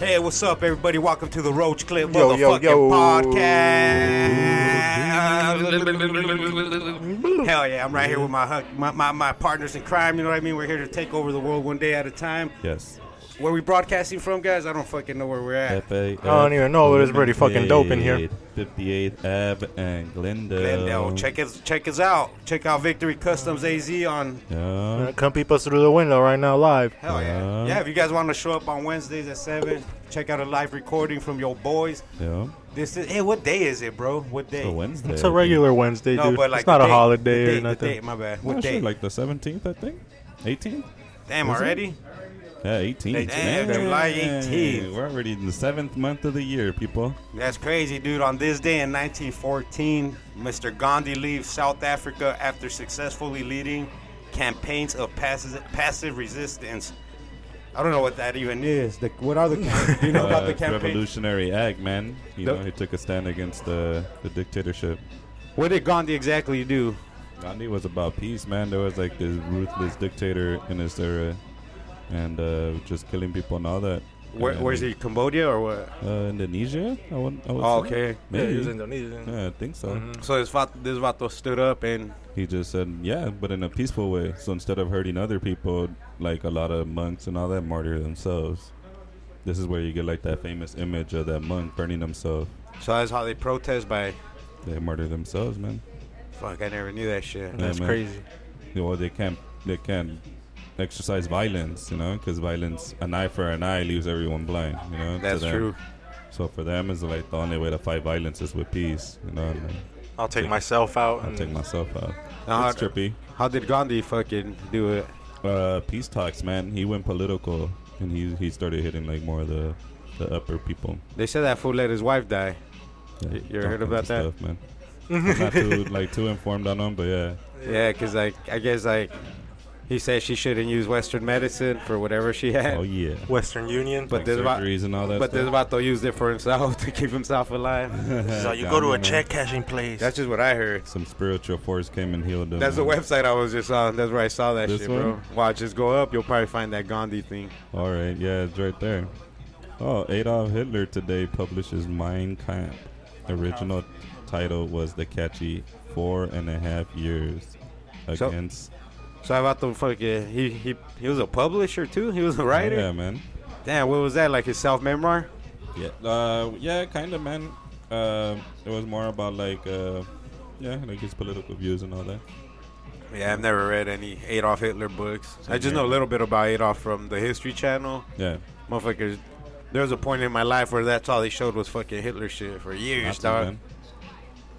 Yeah, what's up, everybody? Welcome to the Roach Clip Yo, motherfucking yo, yo. podcast. Hell yeah, I'm right here with my, hu- my my my partners in crime. You know what I mean? We're here to take over the world one day at a time. Yes. Where we broadcasting from, guys? I don't fucking know where we're at. FA. I don't even know, but it's pretty fucking dope in here. 58 Ave and Glendale. Glendale. Check us check us out. Check out Victory Customs AZ on. Yeah. Uh, Come peep us through the window right now, live. Hell yeah. Uh. Yeah, if you guys want to show up on Wednesdays at seven, check out a live recording from your boys. Yeah. This is hey, what day is it, bro? What day? It's a Wednesday. It's I a think. regular Wednesday, dude. it's not the a date- holiday the or date- the nothing. date, my bad. Oh, What shit, date? Like the 17th, I think. 18th. Damn is it? already. Yeah, 18th. Damn, July 18th. We're already in the seventh month of the year, people. That's crazy, dude. On this day in 1914, Mr. Gandhi leaves South Africa after successfully leading campaigns of passive, passive resistance. I don't know what that even is. The, what are the? Do you know Uh, about the it's campaign? Revolutionary Act, man. You Nope. know, he took a stand against the, the dictatorship. What did Gandhi exactly do? Gandhi was about peace, man. There was like this ruthless dictator in his era, and uh, just killing people and all that. Where, And, where's he? Cambodia or what? Uh, Indonesia. I would, I would Oh, say. okay. Yeah, Maybe. he was Indonesian. Yeah, I think so. So this vato, this vato stood up and He just said, yeah, but in a peaceful way. So instead of hurting other people, like a lot of monks and all that martyr themselves, this is where you get like that famous image of that monk burning himself. so that's how they protest by. They martyr themselves, man. Fuck, I never knew that shit. Yeah, That's man. crazy. You know, they can't, they can't exercise violence, you know, because violence, an eye for an eye, leaves everyone blind, you know. to That's them. true. So for them, it's like the only way to fight violence is with peace, you know. And uh, I'll take myself out. I'll And take myself out. Mm. Now, It's how- trippy. How did Gandhi fucking do it? Uh, peace talks, man. He went political, and he he started hitting like more of the the upper people. They said that fool let his wife die. Yeah, Y- you all heard kinds about of that? stuff, man? I'm not too like too informed on them, but yeah, Yeah, because like I guess like he said she shouldn't use Western medicine for whatever she had, oh yeah. Western Union. but Like this about surgeries and all that. but this stuff. vato used it for himself to keep himself alive. So you go to Gandhi, a man. check cashing place. That's just what I heard. Some spiritual force came and healed them. That's the website I was just on. That's where I saw that Uh-huh. This shit, one? bro. Watch, just go up. You'll probably find that Gandhi thing. All right, yeah, it's right there. Oh, Adolf Hitler today publishes Mein Kampf. Original title was the catchy four and a half years So- against. So I about to fucking he he he was a publisher too. He was a writer. yeah, man. Damn, what was that like? His self memoir. Yeah, uh, yeah, kind of, man. Uh, it was more about like, uh, yeah, like his political views and all that. Yeah, I've never read any Adolf Hitler books. I just here. know a little bit about Adolf from the History Channel. Yeah, Motherfuckers, there was a point in my life where that's all they showed was fucking Hitler shit for years, Nazi, dog. man.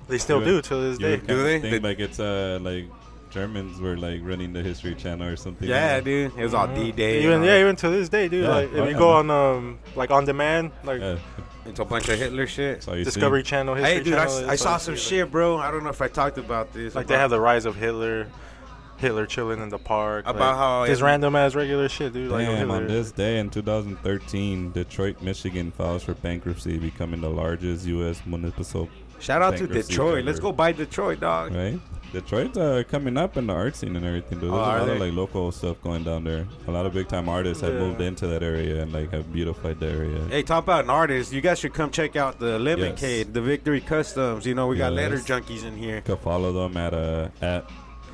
they still You do would- till this You day. would Do kinda they? Think They- like it's uh like Germans were like running the History Channel or something. Yeah, like that. dude, it was all D Day. Mm-hmm. Even yeah, even to this day, dude. Yeah, like oh, if you yeah, go man. on um like on demand, like Yeah, it's a bunch of Hitler shit. that's all you see. Discovery Channel, History Hey, dude, I, Channel. I it's saw like- some shit, bro. I don't know if I talked about this. Like they have the rise of Hitler, Hitler chilling in the park. About like, how just it- random ass regular shit, dude. like Damn, Hitler. on this day in 2013, Detroit, Michigan files for bankruptcy, becoming the largest U.S. municipal. shout out to bankruptcy Detroit. Let's cover. go buy Detroit, dog. Right, Detroit's uh, coming up in the art scene and everything. Dude. There's Oh, a are lot of they? like local stuff going down there. A lot of big time artists have Yeah. moved into that area and like have beautified the area. Hey, talk about an artist. You guys should come check out the Lemon Yes. Cade, the Victory Customs. You know, we got Yes. letter junkies in here. You can follow them at uh, at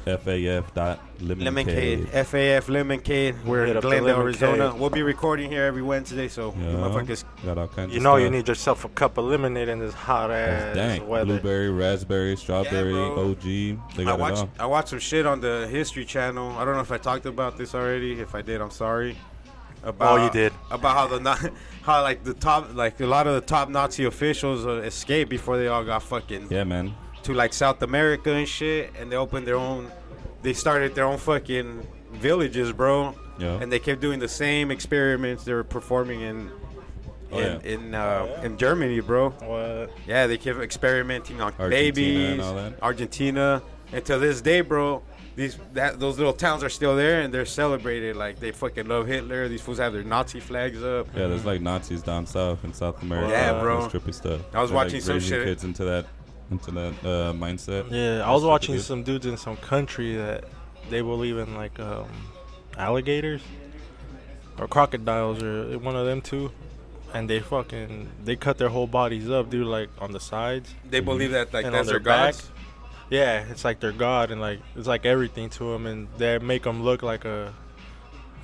faf dot Lemon Cade, FAF Lemon Cade. We're Hit in up the Glendale, Lemon Cade. Arizona. We'll be recording here every Wednesday, so you Yeah. motherfuckers. Got all kinds. You of know you stuff. need yourself a cup of lemonade in this hot ass That's dank. weather. Blueberry, raspberry, strawberry, bro. OG. They I got it watched all. I watched some shit on the History Channel. I don't know if I talked about this already. If I did, I'm sorry. About Oh, you did. about how the Na- how like the top like a lot of the top Nazi officials uh, escaped before they all got fucking Yeah, man. to like South America and shit, and they opened their own. They started their own fucking villages, bro. Yeah. And they kept doing the same experiments they were performing in. Oh, in yeah. in, uh, in Germany, bro. What? Yeah, they kept experimenting on Argentina babies, and all that. Argentina, and to this day, bro, these that those little towns are still there and they're celebrated like they fucking love Hitler. These fools have their Nazi flags up. Yeah, there's like Nazis down south in South America. Mm-hmm. Yeah, all bro. this Trippy stuff. I was They're, like, watching some raising shit. kids into that, into that uh, mindset. Yeah, I was That's watching trippy, some dudes in some country that they believe in like um, alligators or crocodiles or one of them too. and they fucking they cut their whole bodies up, dude, like on the sides. They believe that like And on that's their their back. gods. Yeah, it's like their god, and like it's like everything to them, and they make them look like a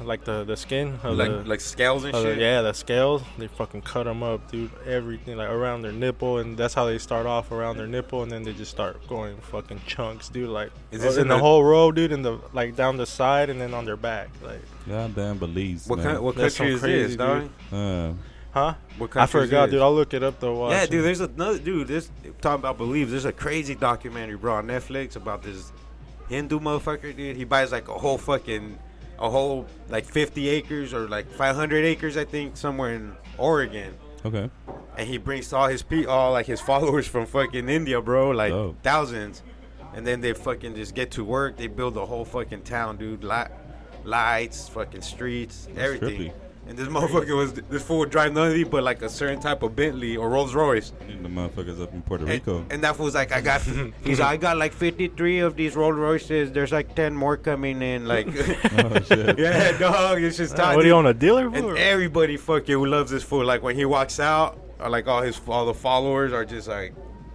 like the the skin of like the. like scales and of the- shit. Oh, yeah, the scales, they fucking cut them up, dude. Everything, like around their nipple, and that's how they start off around their nipple, and then they just start going fucking chunks, dude. Like Is this in in the the- whole row, dude, and the like down the side, and then on their back, like Goddamn Belize. What man. kind? What That's country some is crazy, this, dog? dude. Uh, huh? What country I is forgot, this? dude. I'll look it up though. while Yeah, I- dude. There's another dude. This talking about beliefs. There's a crazy documentary, bro, on Netflix about this Hindu motherfucker, dude. He buys like a whole fucking, a whole like 50 acres or like 500 acres, I think, somewhere in Oregon, okay. and he brings all his pe, all like his followers from fucking India, bro, like Dope. thousands, and then they fucking just get to work. They build a whole fucking town, dude. Li- lights, fucking streets, everything. trippy. And this motherfucker was this fool would drive nothing but like a certain type of Bentley or Rolls Royce. The motherfuckers up in Puerto And- Rico. And, that was like, I got, he's like, I got like 53 of these Rolls Royces. There's like 10 more coming in. Like, oh shit. yeah, dog, it's just Uh, time. what are you on a dealer And for? everybody fucking who loves this fool. Like when he walks out, or like all his all the followers are just like,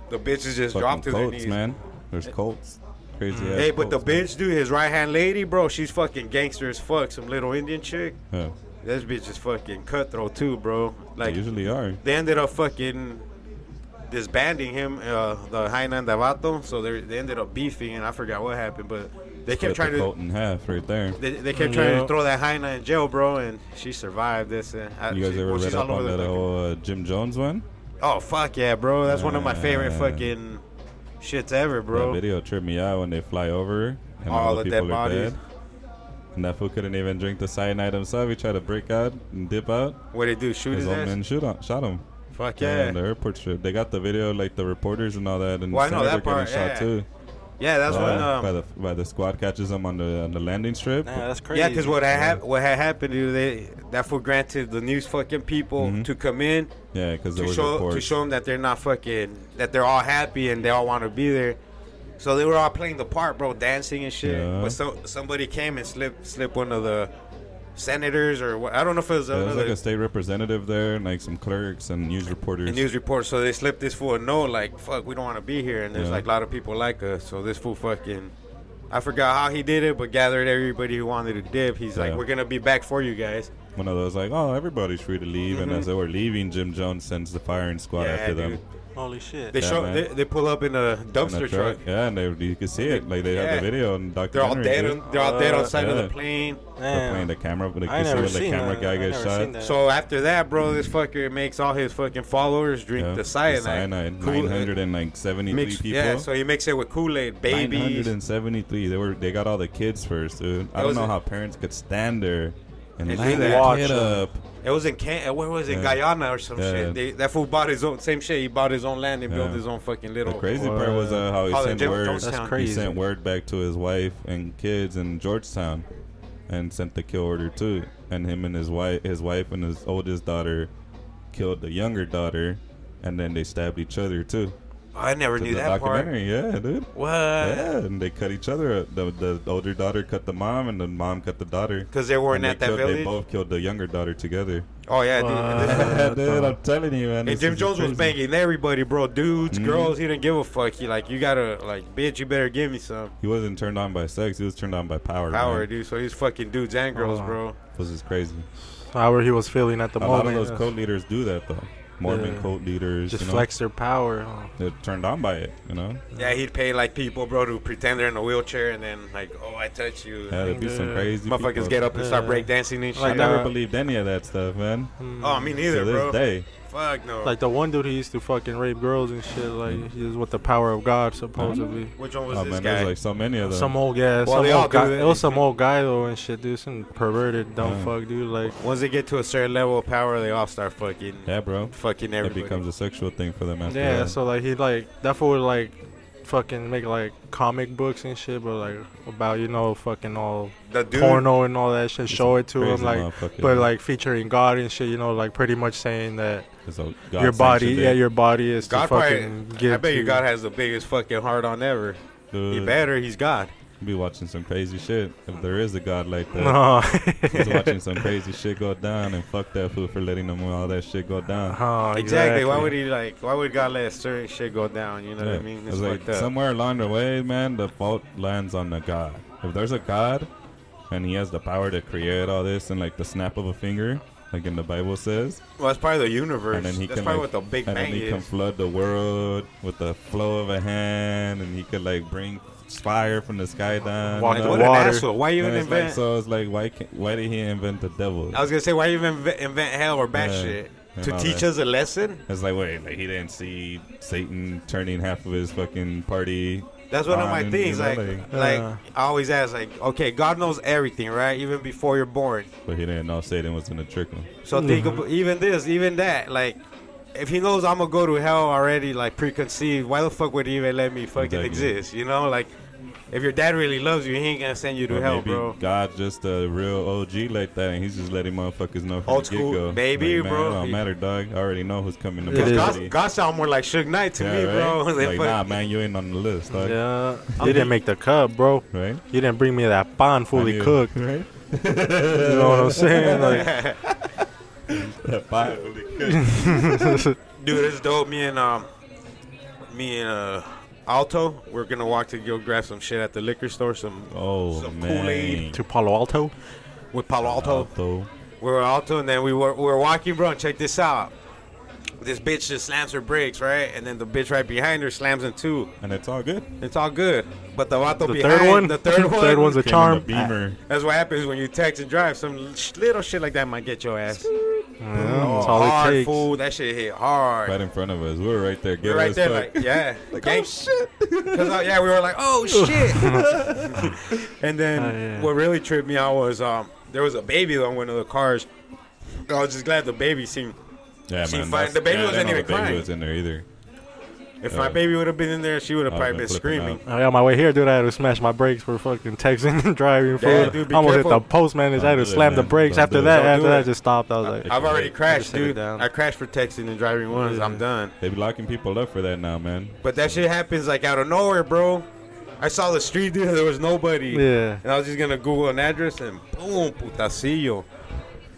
the bitches just drop Fucking to their Colts, knees. Mm-hmm. man. There's Colts. Crazy ass. Hey, but the Colts, man. bitch, dude, his right hand lady, bro, she's fucking gangster as fuck. Some little Indian chick. Yeah. This bitch is fucking cutthroat too, bro. They Like usually are. they ended up fucking disbanding him, uh, the Hainan Davato. So they they ended up beefing, and I forgot what happened, but they Split kept trying the Colt to in half right there. they, they kept trying Yeah. to throw that Hainan in jail, bro, and she survived this. And I, You guys she- ever well, read she's up all on over the that fucking- old uh, Jim Jones one? Oh fuck yeah, bro! That's one of my favorite Man. fucking shits ever, That bro. video tripped me out when they fly over and all, All the the people dead are bodies. dead. And that fool couldn't even drink the cyanide himself. He tried to break out and dip out. What they do? Shoot His his old ass? man shoot on, shot him. Fuck On the yeah! airport trip. They got the video, like the reporters and all that. And Well, I the know senator that part, getting yeah. shot too. Yeah, that's Uh, when um, by the by the squad catches him on the on the landing strip. Nah, that's crazy. Yeah, because what had hap- what had happened, dude, they that for granted the news fucking people to come in yeah, because Mm-hmm. there to was show to reports. show them that they're not fucking that they're all happy and they all want to be there. So they were all playing the part, bro, dancing and shit. Yeah. But so somebody came and slipped slipped one of the senators or what, I don't know if it was there was another like a state representative there, and like some clerks and news reporters. news report. So they slipped this fool a note like, "Fuck, we don't want to be here," and there's Yeah. like a lot of people like us. So this fool fucking. I forgot how he did it, but gathered everybody who wanted to dip. He's like, Yeah. "We're gonna be back for you guys." One of those like, oh, everybody's free to leave, and as they were leaving, Jim Jones sends the firing squad Mm-hmm. Yeah, after them. dude. Holy shit. They Yeah, show man. they, they pull up in a In a dumpster truck. Yeah, and they, you can see it. Like they Yeah. have the video and They're all documentary. dead. dude. On, they're all dead on Uh, side of yeah. the plane. They're playing the camera, but you I can see never when the seen camera that. guy I gets never shot. seen that. So after that, bro, this fucker makes all his fucking followers drink Yeah, the cyanide. Nine hundred and like seventy-three mix, people. Yeah, so he makes it with Kool Aid, Nine hundred babies. and seventy-three. They were. They got all the kids first, dude. That I don't was know it. how parents could stand there and And light do that. that Watch kid them. up. It was in Can- uh, where was it? Yeah. Guyana or some Yeah. shit. They, that fool bought his own same shit. He bought his own land and built Yeah. his own fucking The little. crazy part was uh, how he Oh, the sent Jim word. Jonestown. Oh, That's He crazy. sent word back to his wife and kids in Georgetown, and sent the kill order too. And him and his wife, his wife and his oldest daughter, killed the younger daughter, and then they stabbed each other too. I never To knew the that part. documentary, yeah, dude. What? Yeah, and they cut each other. up. The, the older daughter cut the mom, and the mom cut the daughter. Because they weren't And they at that killed- They village. both killed the younger daughter together. Oh yeah, dude. And this- Wow. dude, I'm telling you, man. And this Jim is Jones was crazy. Mm-hmm. banging everybody, bro. Dudes, girls, he didn't give a fuck. He like, you gotta like, bitch, you better give me some He wasn't turned on by sex. He was turned on by power. power, man. dude. So he's fucking dudes and girls, Oh. bro. This is crazy. However, he was feeling at the A lot of moment. those uh, cult leaders do that though. Mormon Yeah. cult leaders, just you know, flex their power. huh? They're turned on by it, you know. Yeah, he'd pay like people, bro, to pretend they're in a wheelchair and then like, oh, I touch you. Yeah, there'd be some Yeah. crazy Motherfuckers people. get up and start Yeah. breakdancing and shit. I Like never that. believed any of that stuff, man. oh, me to neither, this bro. day, Fuck no. Like the one dude who used to fucking rape girls and shit. Like Mm-hmm. he was with the power of God, supposedly. Which one was oh this man, guy? there's like so many of them. Some old guy. Well, they some all old do guy. that. It was some old guy though and shit, dude. Some perverted dumb Yeah. fuck dude. Like Once they get to a certain level of power, they all start fucking, yeah, bro. fucking It everybody. becomes a sexual thing for them after yeah. that. So like he like that fool would like fucking make like comic books and shit, but like about you know fucking all the dude, porno and all that shit. Show it to him Crazy like. motherfucker. But like featuring God and shit, you know, like pretty much saying that It's all God your body, sanctioned yeah, it. your body is God to fucking probably. give. I bet to you God has the biggest fucking heart on ever. He Dude, better. He's God. be watching some crazy shit if there is a god like that. No. He's watching some crazy shit go down and fuck that fool for letting them all that shit go down. Oh, Exactly. Why would he like? Why would God let certain shit go down? You know what I mean? It's like fucked up. somewhere along the way, man, the fault lands on the god. If there's a god and he has the power to create all this in like the snap of a finger, like in the Bible says, well, that's part of the universe. and then he that's can probably like, what the Big and Bang then he is. can flood the world with the flow of a hand, and he could like bring fire from the sky down. Walk you like, the know? what water. an asshole! Why even And it's like- invent? so it's like, why can, why did he invent the devil? I was gonna say, why even inve- invent hell or bad Yeah. shit And to all teach that. us a lesson? It's like, wait, like he didn't see Satan turning half of his fucking party. That's one of my on, things. you Like, know, like, Yeah. I always ask, like, okay, God knows everything, right? Even before you're born. but he didn't know Satan was gonna trick him. So think Mm-hmm. about even this, even that. Like, if he knows I'm gonna go to hell already, like preconceived, why the fuck would he even let me fucking Exactly. exist? You know, like, if your dad really loves you, he ain't gonna send you to But hell, maybe bro. God's just a real OG like that, and he's just letting motherfuckers know from Old the school, get-go. baby, like, man, bro. It don't matter, dog. I already know who's coming to It my is. God, party. God sound more like Suge Knight to me, Yeah, bro. right? Like, like, fuck- nah, man, you ain't on the list, dog. Yeah. I'm You didn't be- make the cut, bro. Right? You didn't bring me that pan I fully knew- cooked. Right? You know what I'm saying? Like, Bye, fully cooked. Dude, it's dope. Me and um, me and uh, Alto, we're gonna walk to go grab some shit at the liquor store. Some Oh Some man. Kool-Aid. to Palo Alto. with Palo Alto. Alto. We were Alto, and then we were we were walking, bro. And check this out. This bitch just slams her brakes, right? And then the bitch right behind her slams in two. And it's all good. It's all good. But the vato The behind third one. the third one, Third one's a Came in charm. the beamer. that's what happens when you text and drive. Some l- sh- little shit like that might get your ass. Yeah, Oh, Mm, that's all hard it takes. fool. That shit hit hard. Right in front of us. We were right there. We were ghetto right as there, fuck. like, yeah. oh Gang- shit. 'cause, uh, yeah, we were like, oh, shit. and then Oh, yeah. what really tripped me out was um, there was a baby on one of the cars. I was just glad the baby seemed. Yeah, She man. find- that's- the baby yeah, I wasn't didn't know even the baby crying. was in there either. If Yeah. my baby would have been in there, she would have I probably been would've been flipping screaming. I, Oh, on my way here, dude, I had to smash my brakes for fucking texting and driving. Yeah, fool. dude, be I almost careful. hit the postman. I Don't had to do it, slam the man. brakes. Don't after do it. that, Don't after do that, it. I just stopped. I was like, I've already crashed, set it dude. down. I crashed for texting and driving once. I'm done. They be locking people up for that now, man. But that shit happens like out of nowhere, bro. I saw the street, dude. There was nobody. yeah. And I was just gonna Google an address and boom, putacillo.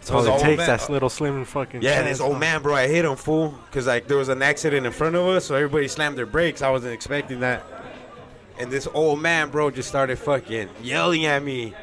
That's all was it old takes. man- That little slim fucking. Yeah, chance. this old man, bro, I hit him, fool. Because, like, there was an accident in front of us, so everybody slammed their brakes. I wasn't expecting that. And this old man, bro, just started fucking yelling at me.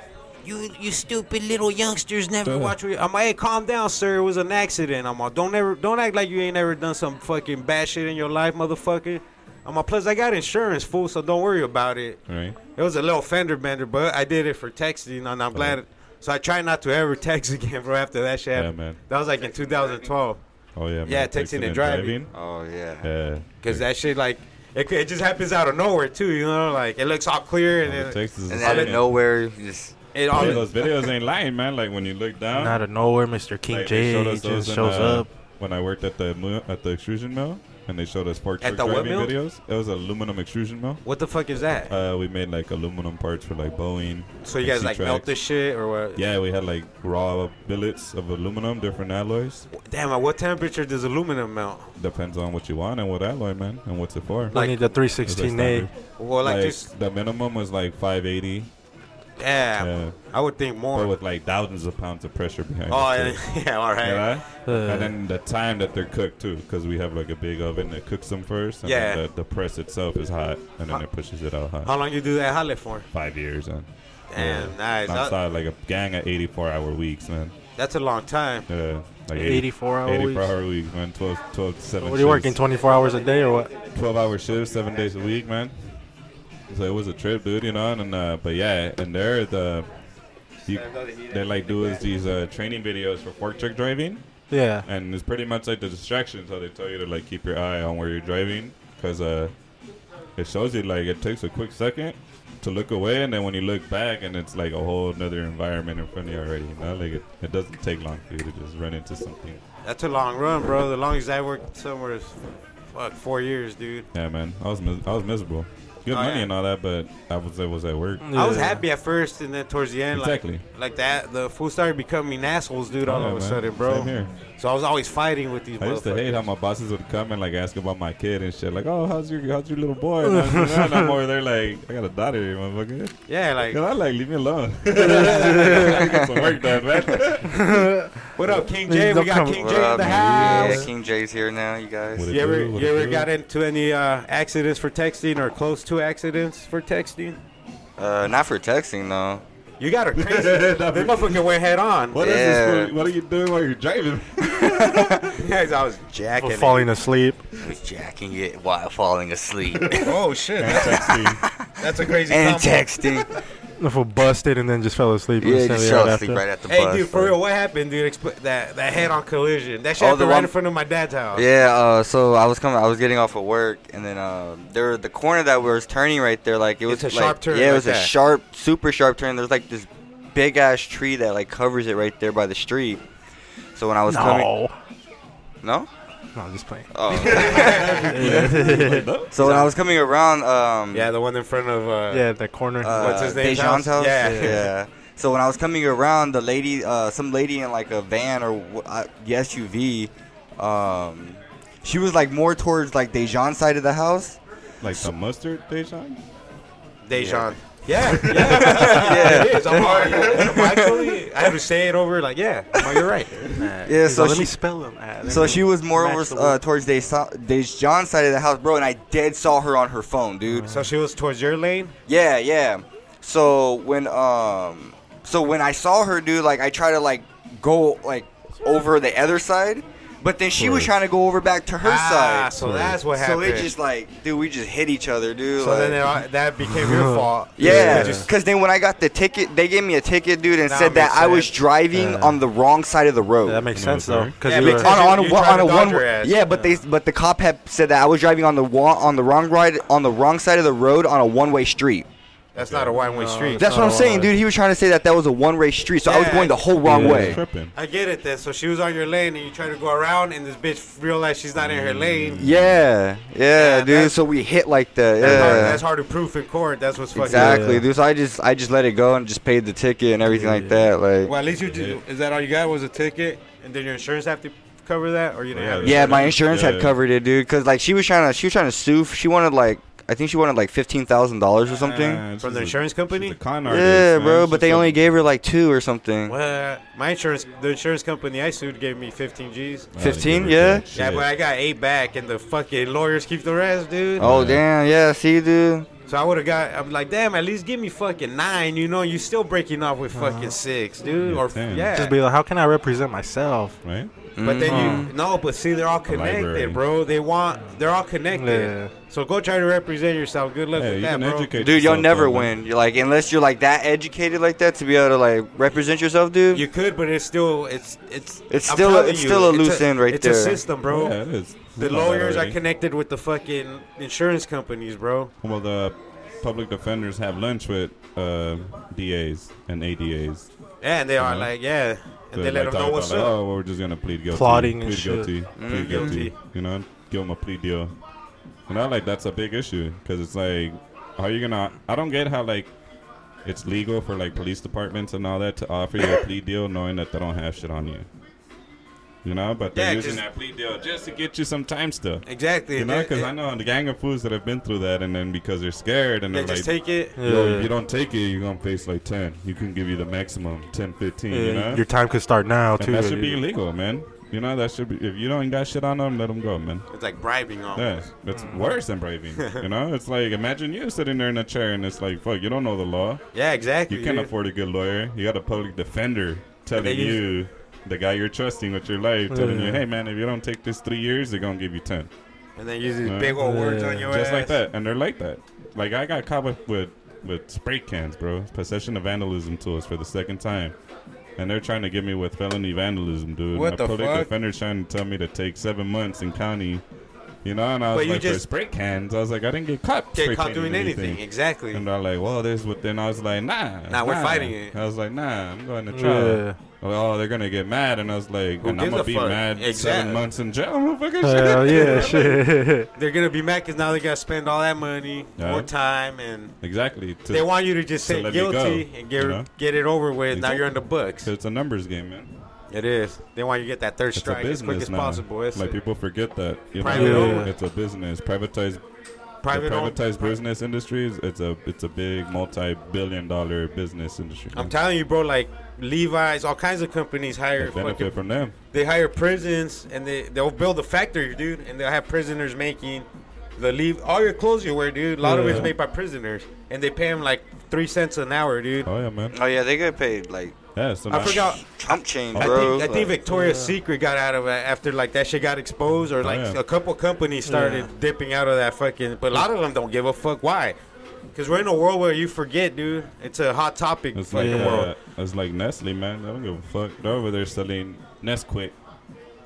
You you stupid little youngsters never Duh. watch what you-" I'm like, hey, calm down, sir. It was an accident. I'm like, don't ever don't act like you ain't ever done some fucking bad shit in your life, motherfucker. I'm like, plus I got insurance, fool, so don't worry about it. Right? It was a little fender bender, but I did it for texting, and I'm glad. So I try not to ever text again, bro. After that shit, Yeah, happened. man. that was like in 2012. Oh yeah, man. Yeah, texting, and driving. Oh yeah, Yeah. because that shit like it, it just happens out of nowhere too. You know, like it looks all clear and The it, text is And insane. out of nowhere, you just it Hey, all. those videos ain't lying, man. Like when you look down, Out of nowhere, Mr. King like, J they showed us just those shows in, uh, up. When I worked at the mu- at the extrusion mill, and they showed us fork At truck the what driving mill? videos. It was an aluminum extrusion mill. What the fuck is that? Uh, we made like aluminum parts for like Boeing. so you guys like melt this? this shit or what? Yeah, we had like raw billets of aluminum, different alloys. Damn, at what temperature does aluminum melt? Depends on what you want and what alloy, man, and what's it for. I like- need the It's like 316A. standard. Well, like, Like, just the minimum was like 580, damn. yeah. I would think but more. with like thousands of pounds of pressure behind. Oh yeah, it, too. yeah, all right. Yeah. Uh, and then the time that they're cooked too, because we have like a big oven that cooks them first. And Yeah. Then the, the press itself is hot, and then Huh. it pushes it out hot. How long you do that holly for? Five years and. Damn, nice. I That- saw like a gang of 84 hour weeks, man. That's a long time. Yeah, like 84 hour 84 weeks? hour weeks, man. 12, 12 7 what are you working 24 hours a day or what? 12 hour shifts, seven days a week, man. So it was a trip, dude, you know. And uh, but yeah, and there the you, they like do is these uh, training videos for fork truck driving, Yeah. and it's pretty much like the distractions. How they tell you to like keep your eye on where you're driving, because uh, it shows you like it takes a quick second to look away, and then when you look back, and it's like a whole another environment in front of you already. You know, like it, it doesn't take long for you to just run into something. That's a long run, bro. The longest I worked somewhere is fuck four years, dude. Yeah, man, I was mis- I was miserable. Good Oh, money yeah. and all that, but I was I was at work. I was Yeah. happy at first, and then towards the end, Exactly. like, like that, the fool started becoming assholes, dude. Oh, All yeah, of a man. sudden, bro. Same here. So I was always fighting with these. I used to motherfuckers. hate how my bosses would come and like ask about my kid and shit. Like, oh, how's your how's your little boy? And I'm, and I'm over there like, I got a daughter, here, motherfucker. Yeah, like Cause I like leave me alone. I got some work done, man. what up, King Please J? We don't got come- King What J in up, the man? house. Yeah, King J's here now, you guys. What You ever, do, what you it ever do. got into any uh, accidents for texting or close to accidents for texting? Uh, not for texting though. You got a crazy. this motherfucker went head on. What is Yeah. this? fool? What are you doing while you're driving? Guys, I was jacking. For it. falling asleep. I was jacking it while falling asleep Oh shit, that's, Texting. that's a crazy. and combo. texting. If we busted and then just fell asleep. yeah, instantly just fell right asleep after. right at the Hey, bus. dude, for like- real, what happened, dude? Expl- that that head-on collision. That shit Oh, the happened right one- in front of my dad's house. Yeah, uh, so I was coming, I was getting off of work, and then uh, there, the corner that was turning right there, like it was It's a like- sharp turn Yeah, it like was a that. sharp, super sharp turn. There's like this big ass tree that like covers it right there by the street. So when I was coming, No. no. No, I'm just playing. Oh. so when I was coming around, um, yeah, the one in front of uh, Yeah, that corner. uh, What's his name's Dejan's house? house. Yeah. yeah. So when I was coming around, the lady, uh, some lady in like a van or w- uh, the SUV, um, she was like more towards like Dejan's side of the house. like some mustard, Dejan? Dejan. Yeah, yeah, yeah. It is. I'm, hard- I'm actually, I had to say it over. Like, yeah, oh, you're right. Yeah. So let she, me spell them. So she was more Match over, the uh, word. towards Dejan's side of the house, bro, and I dead saw her on her phone, dude. Uh-huh. So she was towards your lane. Yeah, yeah. So when um, so when I saw her, dude, like I try to like go like over the other side, but then she was Right. trying to go over back to her ah, side. So that's what so happened. it just like, dude, we just hit each other, dude. So like- then it- that became your fault. yeah, You just- because then when I got the ticket, they gave me a ticket, dude, and That said that makes I was sense. driving Yeah. on the wrong side of the road. that makes You know, sense though, sorry. because Yeah, you because were- on, on, you- a- you on, tried to a dodge one her ass. yeah, but they but the cop had said that I was driving on the one on the wrong ride on the wrong side of the road on a one way street. that's not a one-way No, street. That's not what I'm a saying, one-way. dude. He was trying to say that that was a one way street, so I was Yeah. going the whole wrong Yeah, way. Tripping. I get it then. So she was on your lane and you try to go around and this bitch realized she's not in her lane. Yeah, yeah, dude. that's- So we hit like that. That's, hard, that's Yeah, hard to prove in court. That's what's fucking exactly, Yeah. dude. So I just I just let it go and just paid the ticket and everything like that. Like, Well, at least you do. Is that all you got was a ticket? And did your insurance have to cover that? Or you didn't Yeah, have yeah, my insurance Yeah. had covered it, dude. Cause like she was trying to she was trying to sue. She wanted like I think she wanted like fifteen thousand dollars or something. Ah, she's From the a- insurance company? she's a con artist, yeah, man. bro. She's But they a- only gave her like two or something. Well, my insurance, the insurance company I sued gave me 15 G's. Oh, they 15, give her yeah? that Yeah, shit. but I got eight back, and the fucking lawyers keep the rest, dude. Oh Yeah. damn, yeah, see dude. So I would have got. I'm like, damn, at least give me fucking nine. You know, you still breaking off with fucking six, dude. Yeah, or ten. Uh-huh. yeah, just be like, how can I represent myself? right? But then you Mm-hmm. no, but see, they're all library. connected, bro. They want they're all connected. Yeah. So go try to represent yourself. Good luck Hey, with you that, can bro. educate Dude, you'll yourself, never though, man. win. You're like unless you're like that educated like that to be able to like represent yourself, dude. You could, but it's still it's it's It's I'm still a- telling it's still a it's loose end right it's there. a system, bro. Yeah, it is. The It's not lawyers are already. connected with the fucking insurance companies, bro. Well, the public defenders have lunch with uh, DAs and ADAs. Yeah, and they are Mhm. like, yeah, and they They're, let like, them know talking what's about, like, up. Mm-hmm. Oh, well, we're just gonna plead guilty. Plotting and plead shit. guilty. Plead guilty. Guilty. You know, give them a plea deal. And I like that's a big issue because it's like, how are you gonna? I don't get how like it's legal for like police departments and all that to offer you a plea deal knowing that they don't have shit on you. You know, but they're Yeah, using just- that plea deal just to get you some time still. Exactly. You know, They- because I know the gang of fools that have been through that, and then because they're scared and they they're just like, take it. Yo, Yeah. if you don't take it, you're gonna face like ten. You can give you the maximum 10, 15, Yeah, you know? Your time could start now and too. that should be illegal, man. You know, that should be if you don't got shit on them, let them go, man. It's like bribing on. Yeah, it's Mm-hmm. worse than braving. you know, it's like imagine you sitting there in a chair and it's like, fuck, you don't know the law. Yeah, exactly. You can't dude. afford a good lawyer. You got a public defender telling They use- you, the guy you're trusting with your life, telling you, Yeah. hey, man, if you don't take this three years, they're gonna give you ten. and then use these Yeah. big old words on your just like ass. that, and they're like that. Like I got caught with, with with spray cans, bro. Possession of vandalism tools for the second time, and they're trying to get me with felony vandalism, dude. What and the a public fuck? defender's trying to tell me to take seven months in county. You know, and I was But you like, for just- spray cans, I was like, I didn't get caught. spray Get caught canning doing anything. Exactly. And uh, they're like, well, there's what. Then I was like, nah, Nah, we're fighting it. I was like, nah, I'm going to trial. Yeah. Oh, they're gonna get mad, and I was like, Who and I'm gives gonna a be fuck? mad Exact- seven months in jail, motherfucker. Hell yeah, shit. They're gonna be mad because now they gotta spend all that money, Yeah. more time, and Exactly. To- they want you to just to say let you guilty go, and get you know? get it over with. Now Exactly. you're in the books. So it's a numbers game, man. It is. They want you to get that third It's a strike as quick business as now. possible. It's like people forget that. You Private know, owned. it's a business. Privatized private the owned. privatized business industries. It's a it's a big multi-billion-dollar business industry. I'm telling you, bro. Like Levi's, all kinds of companies hire They benefit fucking. from them. They hire prisons and they they'll build a factory, dude, and they'll have prisoners making the leave all your clothes you wear, dude. A lot of Yeah. it's made by prisoners, and they pay them like three cents an hour, dude. Oh yeah, man. Oh yeah, they get paid like Yeah, so I now- forgot. chump change, I bro. think, I think Victoria's Secret got out of it after like that shit got exposed, or like Oh, yeah. a couple companies started Yeah. dipping out of that fucking. But a lot of them don't give a fuck why, because we're in a world where you forget, dude. It's a hot topic. It's like fucking Yeah. world. uh, it's like Nestle, man. I don't give a fuck. They're over there selling Nesquik,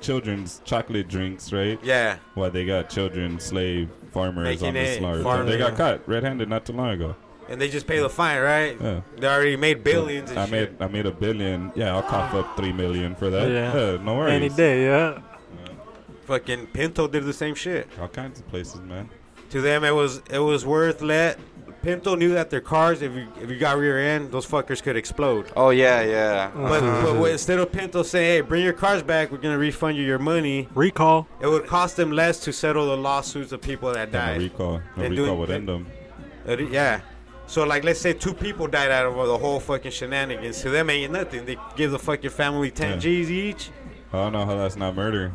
children's chocolate drinks, right? Yeah, Why they got children slave farmers Making on it the slaughter. farm- they got caught red-handed not too long ago. and they just pay the fine, right? Yeah. They already made billions. And I shit. made I made a billion. Yeah, I'll cough up three million for that. Yeah. Yeah, no worries. Any day, yeah. Fucking Pinto did the same shit. All kinds of places, man. To them, it was it was worth let. Pinto knew that their cars, if you if you got rear end, those fuckers could explode. oh yeah, yeah. But, but what- instead of Pinto saying, "Hey, bring your cars back. We're gonna refund you your money," Recall. it would cost them less to settle the lawsuits of people that And a died. recall, a They're recall doing- would they- end them. It- yeah. So like, let's say two people died out of the whole fucking shenanigans. To them, ain't nothing. They give the fucking family ten Yeah. G's each. I don't know how that's not murder.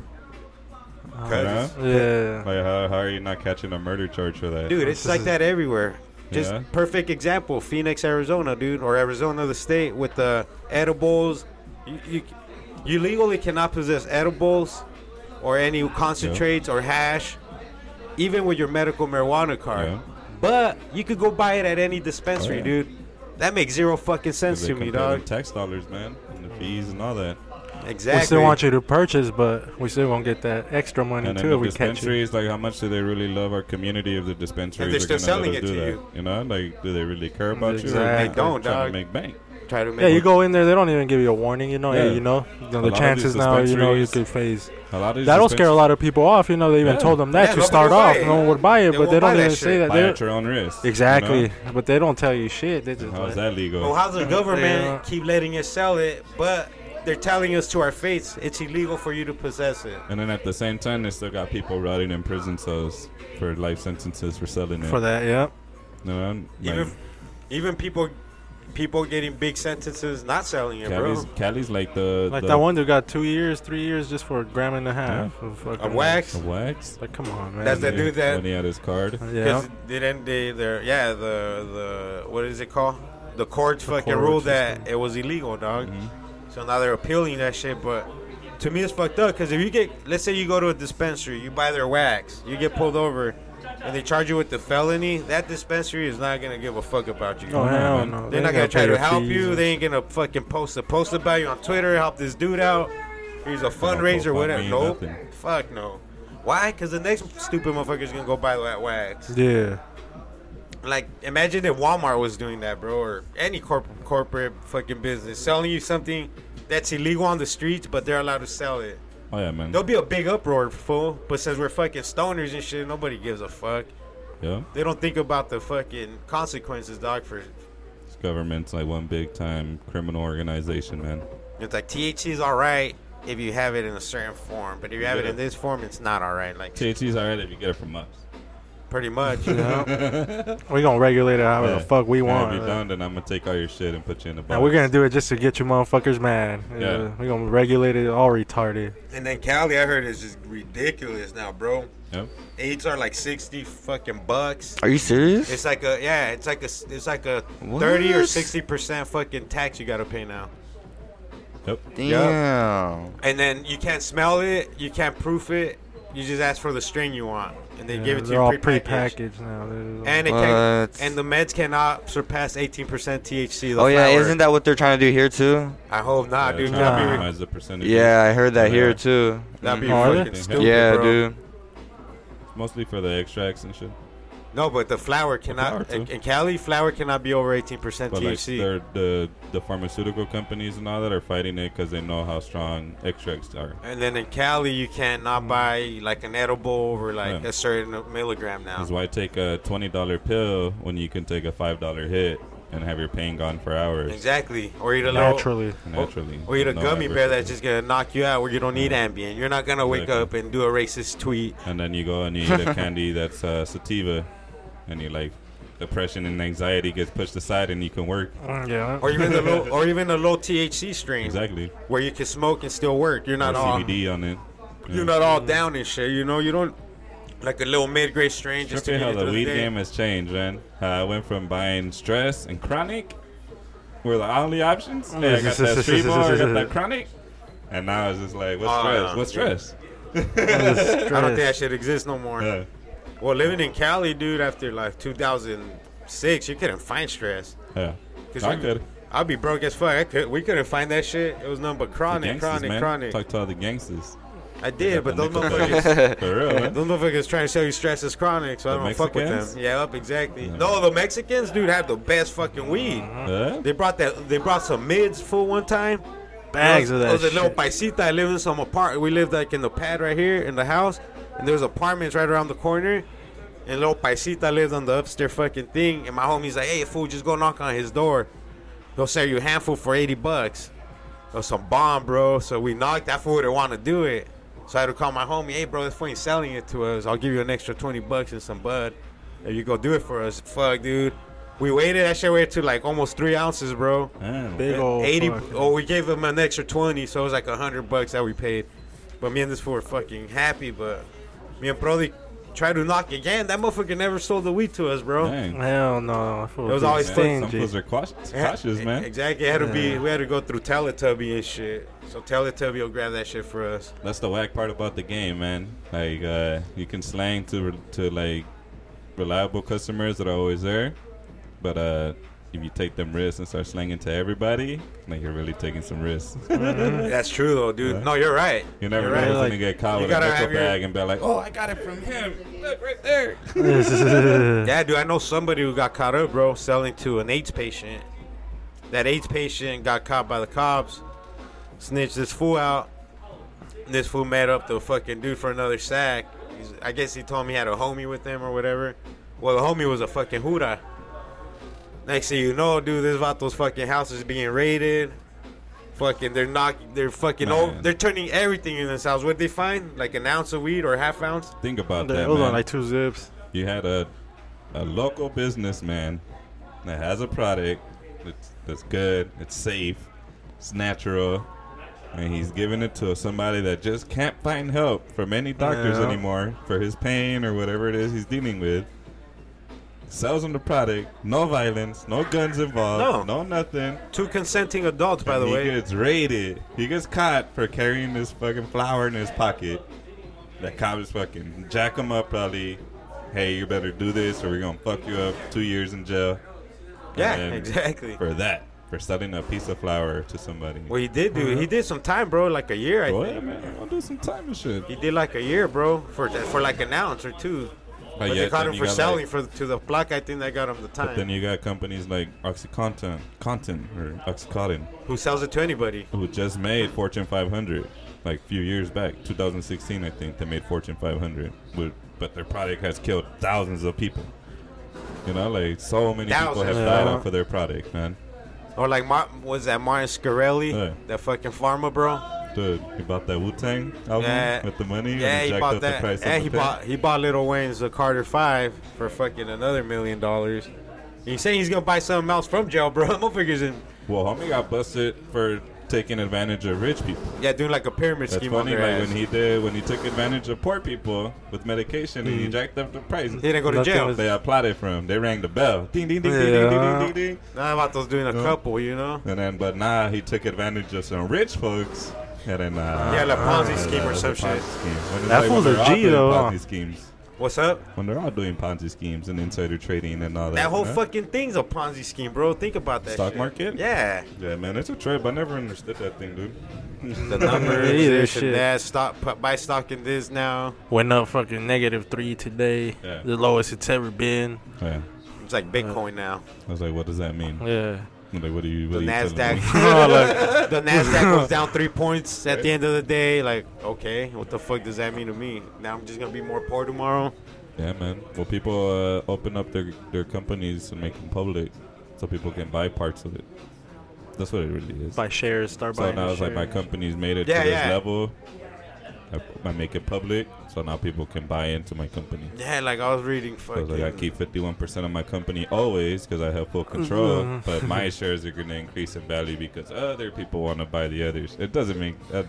You Cause know? it's- Yeah. Like how, how are you not catching a murder charge for that? Dude, it's like that everywhere. Just Yeah. perfect example, Phoenix, Arizona, dude, or Arizona, the state with the edibles. You, you, you legally cannot possess edibles or any concentrates or hash, even with your medical marijuana card. Yeah. Oh, But you could go buy it at any dispensary, yeah. dude. That makes zero fucking sense They to me, compare them dog. Tax dollars, man, and the fees and all that. Exactly. We still want you to purchase, but we still gonna get that extra money And then too the if we catch you. dispensaries, like, how much do they really love our community of the dispensaries? And they're are still gonna let selling us it do to that? you. You know, like, do they really care about you? Exactly. They don't, trying dog. to make bank. Try to make Yeah, you go in there. They don't even give you a warning. You know, Yeah. hey, you know, you know, A lot the of these chances now, you know, you dispensaries- could face. A lot of these That'll dispens- scare a lot of people off. You know, they even Yeah. told them that Yeah, to nobody start will buy off. it. No one would buy it, They but they won't buy don't that even shit. say that. Buy They're, at your own risk. you know? exactly, but they don't tell you shit. They just How like, is that legal? Oh, Well, how's the government Yeah. keep letting us sell it, but they're telling us to our face it's illegal for you to possess it? and then at the same time, they still got people rotting in prison cells for life sentences for selling it. for that. Yeah, You know, like, Even even people people getting big sentences not selling it, Cali's, bro. Cali's like the like the, that one dude got two years, three years just for a gram and a half of A fucking wax. the wax. Like, come on, man. That's the When he- dude that- when he had his card. yeah. Because they didn't they their yeah the the what is it called? The courts fucking court ruled that system. it was illegal, dog. So now they're appealing that shit, but. To me, it's fucked up because if you get, let's say you go to a dispensary, you buy their wax, you get pulled over, and they charge you with the felony, that dispensary is not gonna give a fuck about you. Oh hell man. no! They're They not ain't gonna pay try to your help fees you. and- They ain't gonna fucking post a post about you on Twitter. Help this dude out. He's a fundraiser, GoFundMe, whatever. Nope. nothing. Fuck no. Why? Because the next stupid motherfucker's gonna go buy that wax. Yeah. Like, imagine if Walmart was doing that, bro, or any corp- corporate fucking business selling you something that's illegal on the streets, but they're allowed to sell it. Oh yeah, man. There'll be a big uproar, fool. But since we're fucking stoners and shit, nobody gives a fuck. Yeah, They don't think about the fucking consequences, dog. For this government's like one big time criminal organization, man. It's like THC is all right if you have it in a certain form, but if you have it in this form, it's not all right. Like THC's alright if you get it from us. pretty much. yeah. we gonna regulate it however Yeah. the fuck we And want. If you don't, then I'm gonna take all your shit and put you in the box. And we're gonna do it just to get you motherfuckers mad. Yeah. Yeah. We're gonna regulate it all retarded. And then Cali, I heard is just ridiculous now, bro. Yep. Eights are like sixty fucking bucks. Are you serious? It's like a yeah, it's like a it's like a What? thirty or sixty percent fucking tax you gotta pay now. Yep. Damn. And then you can't smell it, you can't proof it. You just ask for the string you want, and they Yeah, give it to they're you all prepackaged. prepackaged now. They're And it can, What? and the meds cannot surpass eighteen percent THC. The Oh yeah, flower. isn't that what they're trying to do here too? I hope not, Yeah, dude. try to That'd be Nah. re- minimize the percentage. Yeah, I heard that Oh, Yeah. here too. Mm-hmm. That'd be Oh, are fucking they? stupid, yeah, bro. dude. Mostly for the extracts and shit. No, but the flower cannot. flower, too. in, in Cali, flower cannot be over eighteen percent But like THC. they're, the the pharmaceutical companies and all that are fighting it because they know how strong extracts are. and then in Cali, you can't not buy like an edible over like Mm. Yeah. a certain milligram now. That's why take a twenty dollar pill when you can take a five dollar hit and have your pain gone for hours Exactly. Or eat a little. naturally. naturally. Or eat a No gummy bear that's adversity. just gonna knock you out, where you don't need Ambien. You're not gonna wake Exactly. up and do a racist tweet. And then you go and you eat a candy that's uh, sativa, and you like depression and anxiety gets pushed aside, and you can work. Mm, Yeah. Or even the low, or even a low THC strain, Exactly. where you can smoke and still work. You're not Or all CBD on it. you're not all Mm-hmm. down and shit. You know, you don't like a little mid grade strain just to Tripping get how you the through weed the day. game has changed, man. Uh, I went from buying stress and chronic were the only options. Mm, Hey, I got that street ball, I got that chronic, and now it's just like, what's Oh, stress? yeah. What's stress? I don't think that shit exists no more. Yeah. Well, living in Cali, dude, after like 2006, you couldn't find stress. yeah. 'Cause I we- could. I'd be broke as fuck. I could, we couldn't find that shit. It was nothing but chronic, Gangsters, chronic, man. chronic. Talk to all the gangsters. I did, but The those nickel motherfuckers. thugs. For real, man. Those motherfuckers trying to sell you stress is chronic, so I The don't fuck with them. Mexicans? Yeah, up exactly. Yeah. No, Uh-huh. the Mexicans, dude, have the best fucking weed. Yeah? They brought that. They brought some mids full one time. Bags of There was- that There was a little shit. paisita. I lived in some apartment. We lived like in the pad right here in the house, and there was apartments right around the corner. And little paisita lived on the upstairs fucking thing. And my homie's like, "Hey, fool, just go knock on his door. He'll sell you a handful for eighty bucks." or some bomb, bro. So we knocked. That fool didn't want to do it. So I had to call my homie, hey, bro, this fool ain't selling it to us. I'll give you an extra 20 bucks and some bud. If you go do it for us. Fuck, dude. We waited. That shit waited to like almost three ounces, bro. Damn. Big old 80. fuck. Oh, we gave him an extra 20. So it was like 100 bucks that we paid. But me and this fool were fucking happy. But me and Brody tried to knock again. That motherfucker never sold the weed to us, bro. Dang. Hell no. It It was always Man, stingy. some fools are cautious, Yeah, cautious e- man. Exactly. It had to be. We had to go through Teletubby and shit. So Teletubby will grab that shit for us. That's the whack part about the game, man. Like uh, you can slang to re- to like reliable customers that are always there, but uh, if you take them risks and start slanging to everybody, like you're really taking some risks. That's true though, dude. No, you're right. you never You're know right. who's Like, gonna get caught you with a gotta nickel have your- bag and be like, "Oh, I got it from him. Look right there." Yeah, dude. I know somebody who got caught up, bro, selling to an AIDS patient. That AIDS patient got caught by the cops. Snitched this fool out. This fool met up the fucking dude for another sack. He's, I guess he told me he had a homie with him or whatever. Well, the homie was a fucking hoorah. Next thing you know, dude, this vato's fucking house is being raided. Fucking, they're knocking, they're fucking, Man. over, they're turning everything in this house. What they find? Like an ounce of weed or half ounce? Think about It that, was man. on like two zips. you had a a local businessman that has a product that's, that's good, it's safe, it's natural, and he's giving it to somebody that just can't find help from any doctors Yeah. anymore for his pain or whatever it is he's dealing with. Sells him the product, no violence, no guns involved, No. no, nothing. Two consenting adults, by the he way. gets raided. He gets caught for carrying this fucking flower in his pocket. That cop is fucking jack him up probably. Hey, you better do this or we're gonna fuck you up. Two years in jail. And Yeah, then exactly. For that, for selling a piece of flower to somebody. Well, he did do. Uh-huh. He did some time, bro. Like a year, I Go think. ahead, man. I'll do some time and shit. He did like a year, bro, for for like an ounce or two. But But they yet caught Oh, then him you for got, selling Like, for to the block. I think they got him the but then time. you got companies like OxyContin, Contin or OxyContin, Who sells it to anybody? who just made Fortune 500 like a few years back, 2016, I think they made Fortune 500. With, but their product has killed thousands of people. You know, like so many people Thousands. have Yeah. died off of their product, man. Or like Mar- was that Martin Scarelli, Yeah. that fucking farmer, bro? Dude, he bought that Wu Tang album Yeah. with the money. and Yeah, he jacked bought up The that. price of Yeah, the he thing. bought he bought Little Wayne's the Carter Five for fucking another million dollars. He's saying he's gonna buy something else from jail, bro. Motherfuckers in Well, homie got busted for taking advantage of rich people. yeah doing like a pyramid That's scheme on funny, their like ass. when He he did, when he took advantage of poor people with medication and he jacked up the price. Mm. didn't go to Nothing jail. was- They applauded for him. They rang the bell. Ding, ding, ding, ding, ding, ding, ding, ding. Now about those doing a couple, you know. And then, but nah, he took advantage of some rich folks. And then, uh, Yeah, like Ponzi scheme or the some Ponzi shit. scheme. When it's That like when fool's a they're all G, doing though, huh? Ponzi schemes. What's up? When they're all doing Ponzi schemes and insider trading and all that. That whole you know? fucking thing's a Ponzi scheme, bro. Think about that. Stock shit. market? Yeah. Yeah, man, it's a trip. I never understood that thing, dude. The numbers, either this shit. and that. Stock, pu- buy stock in this now. Went up fucking negative three today. Yeah. The lowest it's ever been. Yeah. It's like Bitcoin now. I was like, what does that mean? Yeah. Like, what do you? The What are you telling Nasdaq, me? Oh, look. the Nasdaq goes down three points at the end of the day. Like, okay, what the fuck does that mean to me? Now I'm just gonna be more poor tomorrow. Yeah, man. Well, people uh, open up their their companies and make them public. so people can buy parts of it. That's what it really is. Buy shares, start so buying. now their it's like my shares. company's made it Yeah, to this yeah. level. I, I make it public, so now people can buy into my company. Yeah, like I was reading So fucking. like I keep 51% of my company always because I have full control, Mm-hmm. but my shares are going to increase in value because other people want to buy the others. It doesn't make that.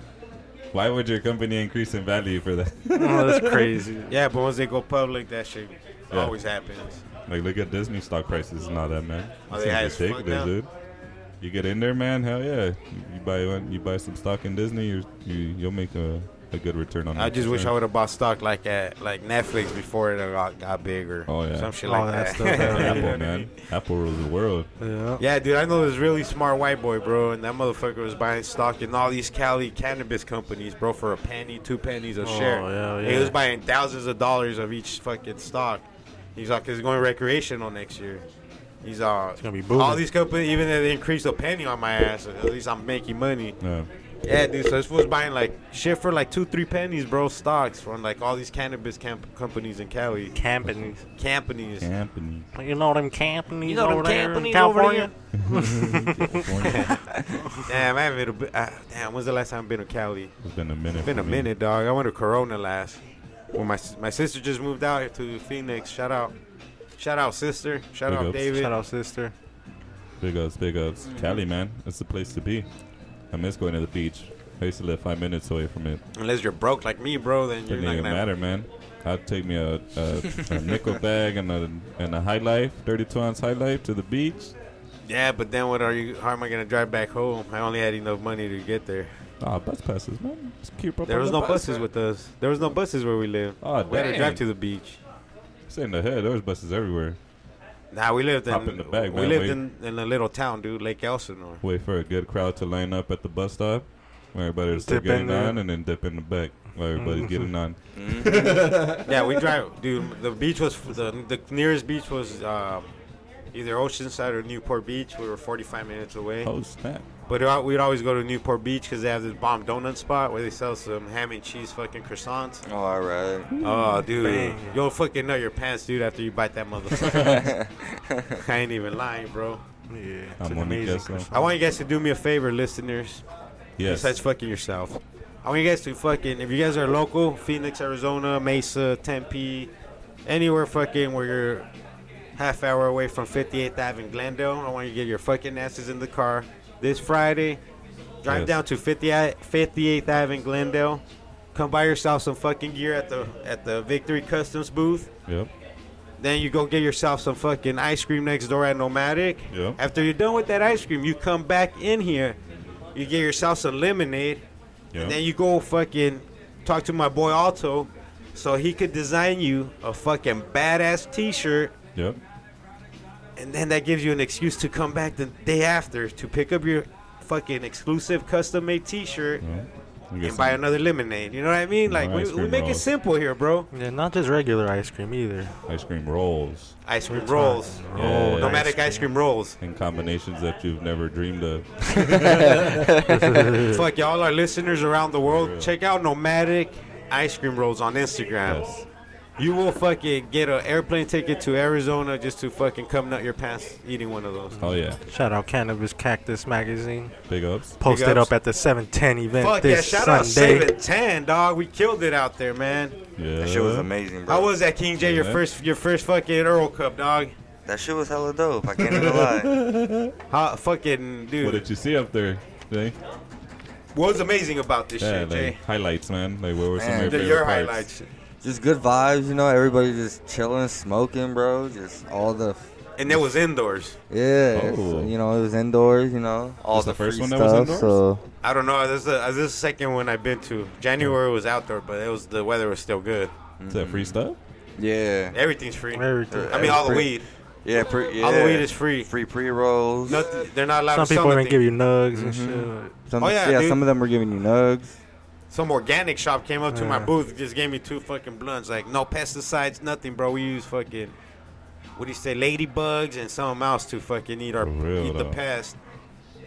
Why would your company increase in value for that? Oh, that's crazy. yeah, but once they go public, that shit Yeah. always happens. like, look at Disney stock prices and all that, man. Are It's they high as fuck now? dude. You get in there, man. Hell yeah! You, you buy one, you buy some stock in Disney, you're, you you'll make a, a good return on. I that just wish I concern. would have bought stock like at like Netflix before it got, got bigger. Oh, yeah. some shit Oh, like that's that. dope. You Yeah, know what I Apple, mean? man. Apple rules the world. Yeah. Yeah, dude, I know this really smart white boy, bro, and that motherfucker was buying stock in all these Cali cannabis companies, bro, for a penny, two pennies a share. Oh, yeah, He yeah. was buying thousands of dollars of each fucking stock. He's like, he's going recreational next year. He's uh, gonna be booming. all these companies, even if they increased a penny on my ass, at least I'm making money. Yeah. Yeah, dude. So this fool's buying like shit for like two, three pennies, bro. Stocks from like all these cannabis camp- companies in Cali, Companies. companies. Company. You know them companies You know them over there in companies over California? there? California. Damn, I haven't been. To, B- uh, damn, when's the last time I've been to Cali? It's been a minute. It's been a for me. minute, dog. I went to Corona last. Well, my s- my sister just moved out here to Phoenix. Shout out, shout out, sister. Shout Big out, ups. David. Shout out, sister. Big ups, big ups. Cali, man. That's the place to be. I miss going to the beach. I used to live five minutes away from it. Unless you're broke like me, bro, then you're Didn't not even gonna. matter, man. I'd take me a, a, a nickel bag and a and a high life, 32 ounce high life to the beach. Yeah, but then what are you? How am I gonna drive back home? I only had enough money to get there. Ah, bus passes, man. Just keep up. There on was the no bus, buses man. with us. There was no buses where we live. Oh, We had to dang. drive to the beach. Stay in the head. There was buses everywhere. Nah, we lived in, Hop in the bag, we man, lived wait. in, in a little town, dude, Lake Elsinore. Wait for a good crowd to line up at the bus stop. Where everybody's still Dip in getting there. on and then dip in the back. Where Mm-hmm. everybody's getting on. yeah, we drive, dude. The beach was the the nearest beach was um, either Oceanside or Newport Beach. We were 45 minutes away, Oh, snap. but uh, we'd always go to Newport Beach because they have this bomb donut spot where they sell some ham and cheese fucking croissants. Oh, all right. Mm. Oh, dude, you'll fucking know your pants, dude, after you bite that motherfucker. I ain't even lying, bro. Yeah. It's I'm an only amazing guessing. croissant. I want you guys to do me a favor, listeners. Yes. besides fucking yourself. I want you guys to fucking if you guys are local, Phoenix, Arizona, Mesa, Tempe, anywhere fucking where you're half hour away from 58th Ave in Glendale, I want you to get your fucking asses in the car this Friday. Drive Yes. down to 50, 58th Ave in Glendale. Come buy yourself some fucking gear at the at the Victory Customs booth. Yep. Then you go get yourself some fucking ice cream next door at Nomadic. Yeah. After you're done with that ice cream, you come back in here. You get yourself some lemonade. Yep. And then you go fucking talk to my boy Alto so he could design you a fucking badass t shirt. yep. And then that gives you an excuse to come back the day after to pick up your fucking exclusive custom made t shirt Yeah. You get and buy some- another lemonade. You know what I mean? More Like, we, ice we cream make it rolls. simple here, bro. Yeah, not just regular ice cream either. ice cream rolls. Ice cream rolls. Roll ice Nomadic ice cream rolls. and combinations that you've never dreamed of. Fuck y'all, our listeners around the For world, real. check out Nomadic Ice Cream Rolls on Instagram. Yes. You will fucking get an airplane ticket to Arizona just to fucking come nut your pants eating one of those. Oh yeah. Shout out Cannabis Cactus Magazine. Big ups. Posted ups. up at the 710 event Fuck yeah, this shout out Sunday. 710, dog. We killed it out there, man. Yeah. That shit was amazing, bro. I was at King J, your Yeah. first your first fucking Earl Cup, dog. That shit was hella dope. I can't even lie. How fucking What dude. did you see up there? Jay? what was amazing about this Yeah, shit, like Jay? highlights, man. Like what were some Man. of your, The- favorite your parts? highlights. Just good vibes, you know. Everybody just chilling, smoking, bro. Just all the, f- And it was indoors. yeah. Oh. You know, it was indoors. You know, all Was the first free one that was stuff. indoors? so I don't know. This is, the, this is the second one I've been to. January was outdoor, but it was the weather was still good. Is that Mm-hmm. free stuff? yeah, Everything's free. Everything. I mean, all the weed. yeah, pre- yeah. All the weed is free. free pre rolls. Nothing, they're not allowed Some to people sell even nothing. give you nugs and Mm-hmm. shit. Some, Oh, yeah, yeah, dude. some of them were giving you nugs. Some organic shop came up to my Yeah. booth, just gave me two fucking blunts. Like, no pesticides, nothing, bro. We use fucking, what do you say, ladybugs and something else to fucking eat our For real, eat the though. pest.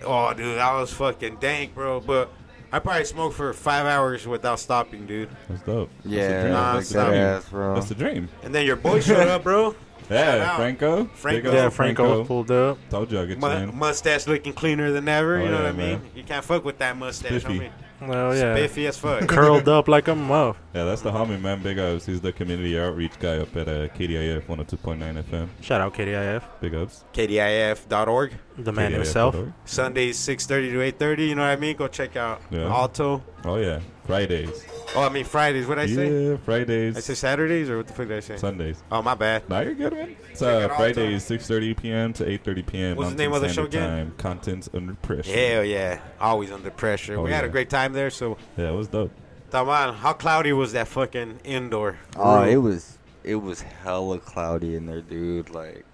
Oh, dude, I was fucking dank, bro. But I probably smoked for five hours without stopping, dude. That's dope. Yeah, Nah, like stop. that ass, bro. That's the dream. And then your boy showed up, bro. Shout Yeah, out. Franco. Franco. Big Yeah, up Franco pulled up. Told you I get you Mu- in. mustache looking cleaner than ever. Oh, you know yeah, what I mean? man. You can't fuck with that mustache. Spiffy. homie. Well, Oh, yeah. Spiffy as fuck. Curled up like a muff. Yeah, that's the homie, man. Big ups. He's the community outreach guy up at uh, KDIF 102.9 FM. Shout out KDIF, Big ups. KDIF.org. the man KDIF. himself. Sundays 6:30 to 8:30. You know what I mean? Go check out Yeah. Alto. Oh, yeah. Fridays. Oh, I mean Fridays. What did I say? Yeah, Fridays. I said Saturdays or what the fuck did I say? Sundays. oh my bad. Now you're good, man. It's Check uh, it all Friday, 6:30 p.m. to 8:30 p.m. What's the Mountain name of the show Standard Time. Contents under pressure. Hell yeah. Always under pressure. Oh, we had a yeah. great time there. So, Yeah, it was dope. Taman, how cloudy was that fucking indoor? Oh, room? it was it was hella cloudy in there, dude. Like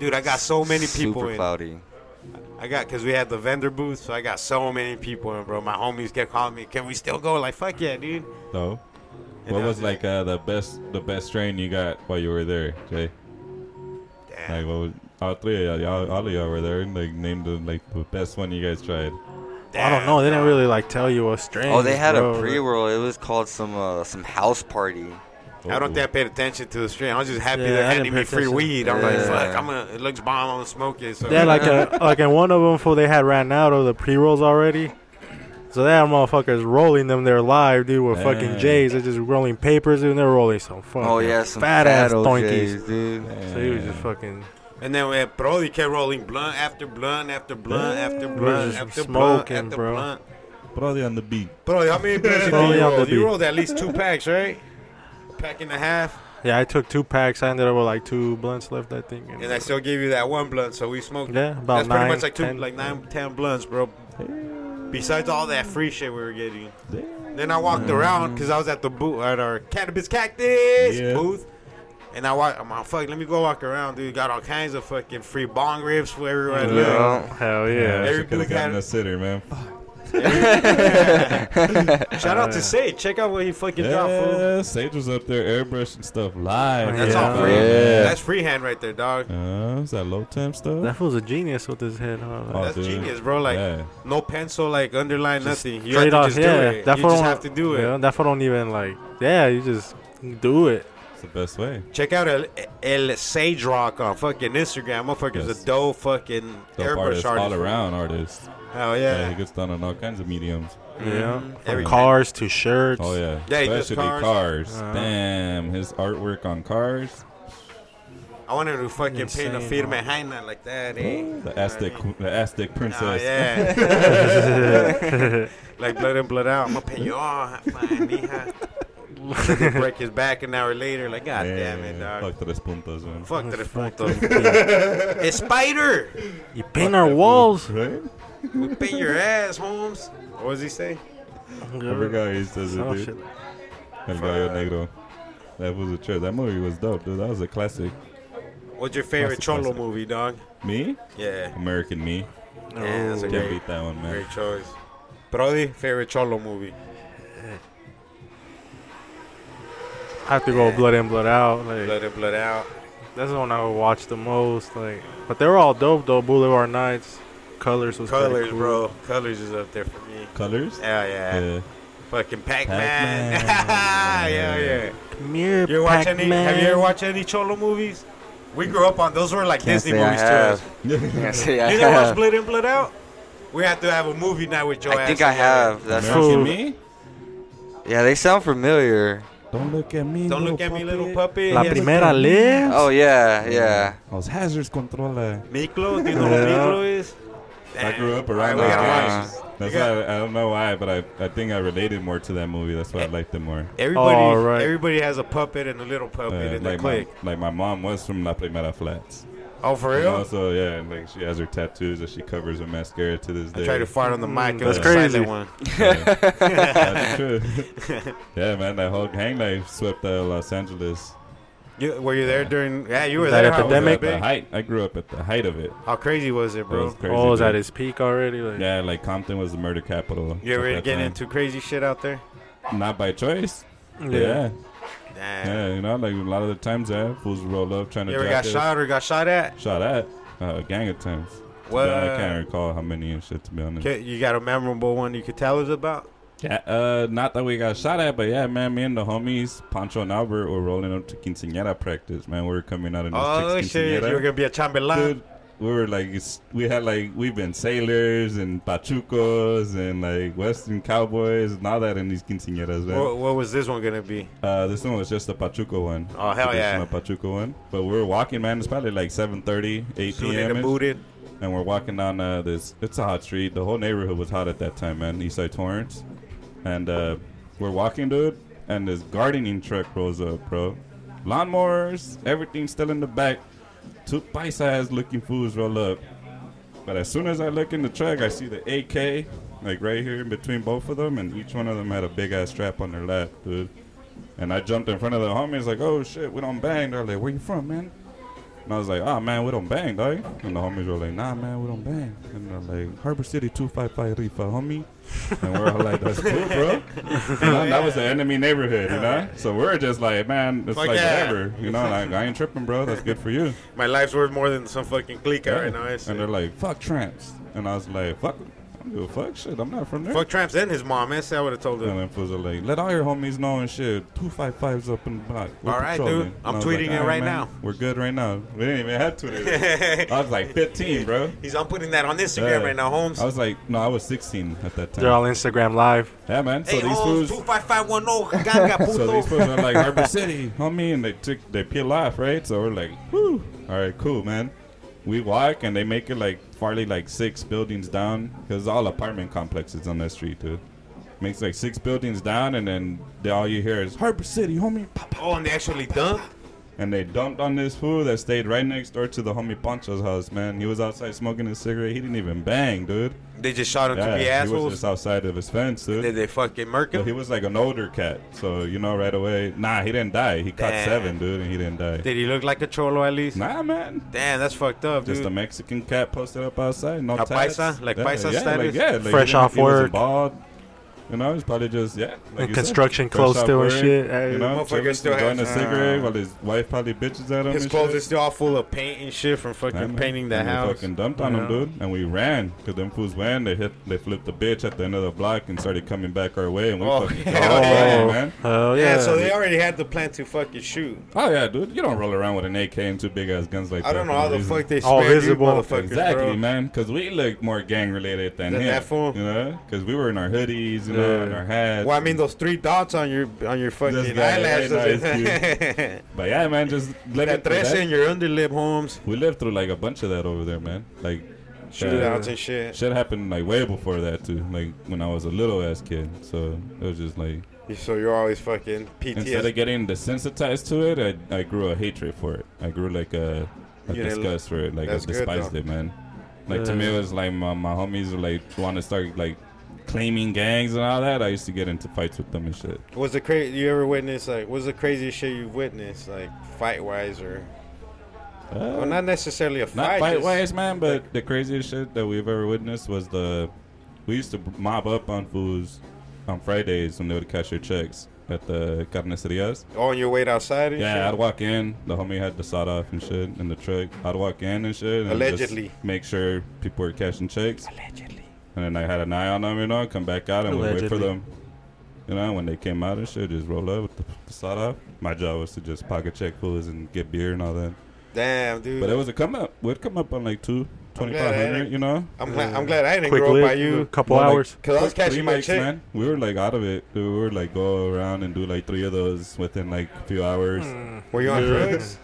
Dude, I got so many people super in. cloudy. I got because we had the vendor booth, so I got so many people in, bro. My homies kept calling me, "Can we still go?" Like, fuck yeah, dude. So, And what I was just like uh, the best the best train you got while you were there, Jay? Damn. Like, what was, all three of y'all, all of y'all were there. Like, named the like the best one you guys tried. I don't know. They didn't really like tell you what strange. Oh, they had bro. a pre-roll. It was called some uh, some house party. I don't Oh. think I paid attention to the stream. I was just happy Yeah, they're I handing didn't me free pay attention. weed. I'm like, Yeah. fuck, I'm gonna. It looks bomb. I'm gonna smoke it. So They had like a like in one of them for they had ran out of the pre rolls already. So they had motherfuckers rolling them there live, dude, with Dang. fucking J's. They're just rolling papers, dude, and they're rolling some fucking Oh yeah, some fat, ass old doinkies. J's, dude. So he was just fucking and then we had Brody kept rolling blunt after blunt after blunt Yeah. after We blunt was just after blunt smoking, after bro. blunt. Brody on the beat. Brody, how many packs did Brody you on the roll? You beat. rolled at least two packs, right? Pack and a half, yeah. I took two packs. I ended up with like two blunts left, I think. And and I still gave you that one blunt. So we smoked. yeah, about That's nine, pretty much like two, ten. like nine, ten blunts, bro. Besides all that free shit we were getting. Damn. Then I walked around because I was at the booth at our cannabis cactus Yeah. booth, and I walked. I'm like, fuck, let me go walk around, dude. Got all kinds of fucking free bong ribs for everyone. Yeah. Look, Hell yeah. Every Every could booth have gotten had- a sitter, man. Shout out to Sage. Check out what he fucking dropped. Fool. Yeah, Sage was up there airbrushing stuff live. That's all Yeah. free. Yeah. That's freehand right there, dog. Uh, is that low temp stuff? That fool's a genius with his head. Huh? Like, Oh, That's dude. genius, bro. Like Yeah. no pencil, like underline nothing. You have straight to off, just yeah. do it. That you fool just don't- have to do it. Yeah, that fool don't even like. Yeah, you just do it. It's the best way. Check out El, El Sage Rock on fucking Instagram. Motherfucker's Yes. a dope fucking Dope airbrush artist, artist. all around artist. Hell Yeah, yeah. he gets done on all kinds of mediums. Yeah, Mhm. from Everything. cars to shirts. Mm-hmm. Oh yeah, Yeah, he does especially cars. Uh-huh. Damn, his artwork on cars. I wanted to fucking paint a Insane, firme huh? henna like that. Eh? You know The what I Aztec, mean? the Aztec princess. Oh, yeah. like blood in, blood out. I'm gonna pay you all, fine, mija. Let him break his back an hour later. Like, god damn it, dog. Fuck tres puntas, man. Fuck, to the Fuck punto. you. It's spider. You paint our walls. Right? We paint your ass, Holmes. What does he say? I forgot he says it, Oh, dude. shit. El Gallo Negro. That was a trip. That movie was dope, dude. That was a classic. What's your favorite Cholo Classic, classic. movie, dog? Me? Yeah. American Me. Yeah, that's a Can't great, beat that one, man. great choice. Brody, favorite Cholo movie. I have to go blood in, blood out. Like Blood in, blood out. that's the one I would watch the most. Like, but they were all dope though. Boulevard Nights, Colors was pretty Colors, cool. bro. Colors is up there for me. Colors? Hell yeah. Yeah. Fucking Pac Man. Pac-Man. yeah, yeah. Come here, You ever watch any? Pac-Man. Have you ever watched any Cholo movies? We grew up on those. Were like Can't Disney say I movies to have. us. Can't say I You didn't watch have. Split In, Split Out? We have to have a movie night with your I ass. think I have. That's American Fool. Me? yeah, they sound familiar. Don't look at me. Don't look at me, little puppy. La Yes. Mm. primera lives. Oh yeah, yeah. Los hazards controla. Miklo, do you know who Yeah. Miklo is? I grew up Alright, around we those gotta guys. watch. That's We got- why I, I don't know why, but I, I think I related more to that movie. That's why I liked it more. Everybody, All right. everybody has a puppet and a little puppet Uh, in their like, my, clique. like my mom was from La Primera Flats. Oh, for And real? also, yeah, and, like she has her tattoos that she covers with mascara to this day. I tried to fart on the mic. It was that's a silent crazy. One. Yeah. That's true. yeah, man, that whole gang life swept uh, Los Angeles. You, were you there during? Yeah, you were That there. How was epidemic? I grew up at the big? height. I grew up at the height of it. How crazy was it, It bro? was crazy. Oh, is dude. at his peak already? Like, Yeah, like Compton was the murder capital. You at ever that get time. into crazy shit out there? Not by choice. yeah. Yeah. yeah, Damn. you know, like a lot of the times, yeah, fools roll up trying to. You ever jack got us. shot or got shot at? Shot at uh, a gang of times. What? uh, I can't recall how many and shit to be honest. Ca- You got a memorable one you could tell us about? Yeah, uh, not that we got shot at, but yeah, man, me and the homies, Pancho and Albert, were rolling up to quinceañera practice, man. We were coming out in this Oh chick's shit! quinceañera. You're gonna be a chambelán. Dude, we were like, it's, we had like, we've been sailors and pachucos and like Western cowboys and all that in these quinceañeras, man. What, what was this one gonna be? Uh, this one was just a Pachuco one. Oh, hell yeah. Traditional Pachuco one. But we were walking, man. It's probably like 7.30, 8 Soon in p.m. the booted. And we're walking down uh, this. It's a hot street. The whole neighborhood was hot at that time, man. Eastside Torrance. And uh, we're walking, dude. And this gardening truck rolls up, bro. Lawnmowers, everything's still in the back. Two paisa-ass looking fools roll up. But as soon as I look in the truck, I see the AK, like right here in between both of them, and each one of them had a big ass strap on their lap, dude. And I jumped in front of the homies, like, oh shit, we don't bang. They're like, where you from, man? And I was like, oh man, we don't bang, dog. And the homies were like, nah, man, we don't bang. And they're like, Harbor City 255 Rifa, homie. And we're all like, that's cool, bro. You know, That was the enemy neighborhood, you know? So we're just like, man, it's Fuck like yeah. whatever. You know, like, I ain't tripping, bro. That's good for you. My life's worth more than some fucking clique Yeah. right now. eh, I see. and they're like, fuck tramps. And I was like, fuck, 'em. I don't give a fuck shit. I'm not from there. Fuck Tramps and his mom. eh, I said I would have told him. And then fools are like, let all your homies know and shit. 255's up in the block. We're All right, dude. patrolling." I'm And I was like, tweeting it "All right man. now." We're good right now. We didn't even have Twitter. then. I was like 15, bro. He's. I'm putting that on Instagram Yeah. right now, Holmes. I was like, no, I was 16 at that time. They're all Instagram live. yeah, man. So hey, these Holmes, fools. two five five one zero. Ganga So these puto. fools are like Harbor City, homie, and they took they peel off, right? So we're like, whoo, all right, cool, man. We walk and they make it like farly like six buildings down because all apartment complexes on that street, dude. Makes like six buildings down, and then they, all you hear is Harbor City, homie. pa, pa. oh, and they actually dunked. And they dumped on this fool that stayed right next door to the homie Pancho's house, man. He was outside smoking his cigarette. He didn't even bang, dude. They just shot him to be Yeah, he was assholes. just outside of his fence, dude. Did they fucking murk But him? he was like an older cat, so you know right away. Nah, he didn't die. He caught Damn. seven, dude, and he didn't die. Did he look like a cholo at least? Nah, man. Damn, that's fucked up, Just a dude. Mexican cat posted up outside. No A tats. paisa? Like yeah, paisa yeah, status? Like, yeah, like he Fresh didn't- off he wasn't work. Bald. You know, he's probably just yeah. Like you said, construction fresh clothes off still and work, shit. Hey. You know, Motherfucker chilling, still has- enjoying a cigarette uh, while his wife probably bitches at him. His and clothes shit. is still all full of paint and shit from fucking Yeah, man. painting the and we house. Fucking dumped on You them, know? dude, and we ran because them fools ran. They hit, they flipped the bitch at the end of the block and started coming back our way, and we Oh, fucking hell oh, yeah. man. Hell yeah, yeah. so they already had the plan to fucking shoot. Oh yeah, dude, you don't roll around with an AK and two big ass guns like I that. don't know for how no the reason. fuck they All spared you visible. motherfuckers, Exactly, bro. man, because we look more gang related than, Than him. that fool. You know, because we were in our hoodies, you know, Yeah. in our hats. Well, I mean those three dots on your on your fucking guy, eyelashes. right now, but yeah, man, just let that it tres in that. your underlip, Holmes. We lived through like a bunch of that over there, man. Like Shootouts and shit. shit happened like way before that too. Like when I was a little ass kid, so it was just like So you're always fucking instead PTSD. of getting desensitized to it, I, I grew a hatred for it. I grew like a, a You didn't- disgust for it. Like I that's good, despised though. it, man. Like to me, it was like my, my homies were like want to start like claiming gangs and all that. I used to get into fights with them and shit. Was the crazy you ever witnessed? Like, what's the craziest shit you've witnessed? Like fight wise or Uh, well, not not necessarily a fight. fight just- wise, man, but the craziest shit that we've ever witnessed was the we used to mob up on fools on Fridays when they would cash their checks at the carnicerias. On your weight outside and Yeah, I'd shit. walk in. The homie had the sawed off and shit in the truck. I'd walk in and shit. And Allegedly. Just make sure people were cashing checks. Allegedly. And then I had an eye on them, you know, come back out and would wait for Allegedly. them. You know, when they came out and shit, just roll up with the, the sawed off. My job was to just pocket check fools and get beer and all that. Damn, dude. But it was a come up. We'd come up on like two, I'm glad I 2500, didn't- you know? I'm glad. I'm glad I didn't Quick grow up by lick, a you. couple Well, like- hours. Cause I was Quick catching my remakes, chick. man. We were like out of it. We were like go around and do like three of those within like a few hours. Were you on Yeah. drugs?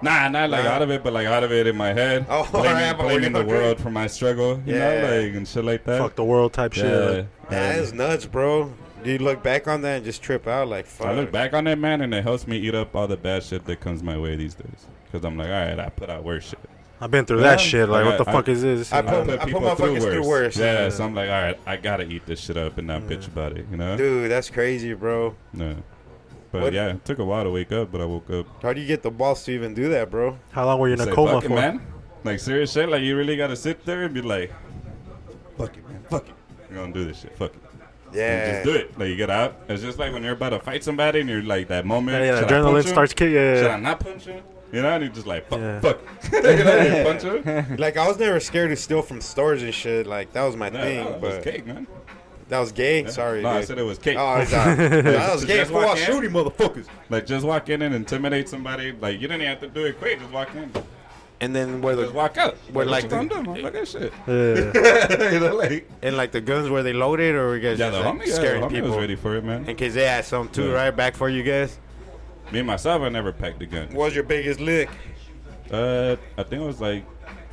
Nah, not like Nah. out of it, but like out of it in my head. Oh, blaming, alright, but blaming we the don't world for my struggle, you Yeah. know, like and shit like that. Fuck the world type yeah. shit. That And is nuts, bro. Do you look back on that and just trip out like fuck? I look back on it, man, and it helps me eat up all the bad shit that comes my way these days. Cause I'm like, all right, I put out worse shit. I've been through Yeah. that shit. Like, Like, what the I- fuck is this? I You know? put- motherfuckers through worse. Mm. Yeah, so I'm like, all right, I gotta eat this shit up and not bitch about it, you know? Dude, that's crazy, bro. No. But What- yeah, it took a while to wake up, but I woke up. How do you get the balls to even do that, bro? How long were you in a It's like, coma fuck it, for? man. Like serious shit. Like you really gotta sit there and be like, fuck it, man, fuck it. We're gonna do this shit. Fuck it. And Yeah. just do it. Like you get out. It's just like when you're about to fight somebody and you're like that moment. Yeah, yeah, should I adrenaline punch him? starts kicking. Should Yeah, I not punch him? You know, and you're just like fuck, Yeah. fuck. you know, you punch him. Like I was never scared to steal from stores and shit. Like that was my No, thing. no, it was but cake, man. That was gay. Sorry. No, I dude. said it was cake. Oh, I'm sorry. that was Just gay. walk Fool, I'll in. shoot him, motherfuckers. Like just walk in and intimidate somebody. Like you didn't even have to do it quick. Just walk in. And then where Just the walk out. We're like, like what you the- gonna do? Look at shit. Yeah. you know, like, and like the guns were they loaded or were you guys yeah, the just like, homie, yeah, the scaring homie people? was ready for it, man. In case they had some too, Yeah. right? Back for you guys. Me myself, I never packed a gun. What was your biggest lick? Uh, I think it was like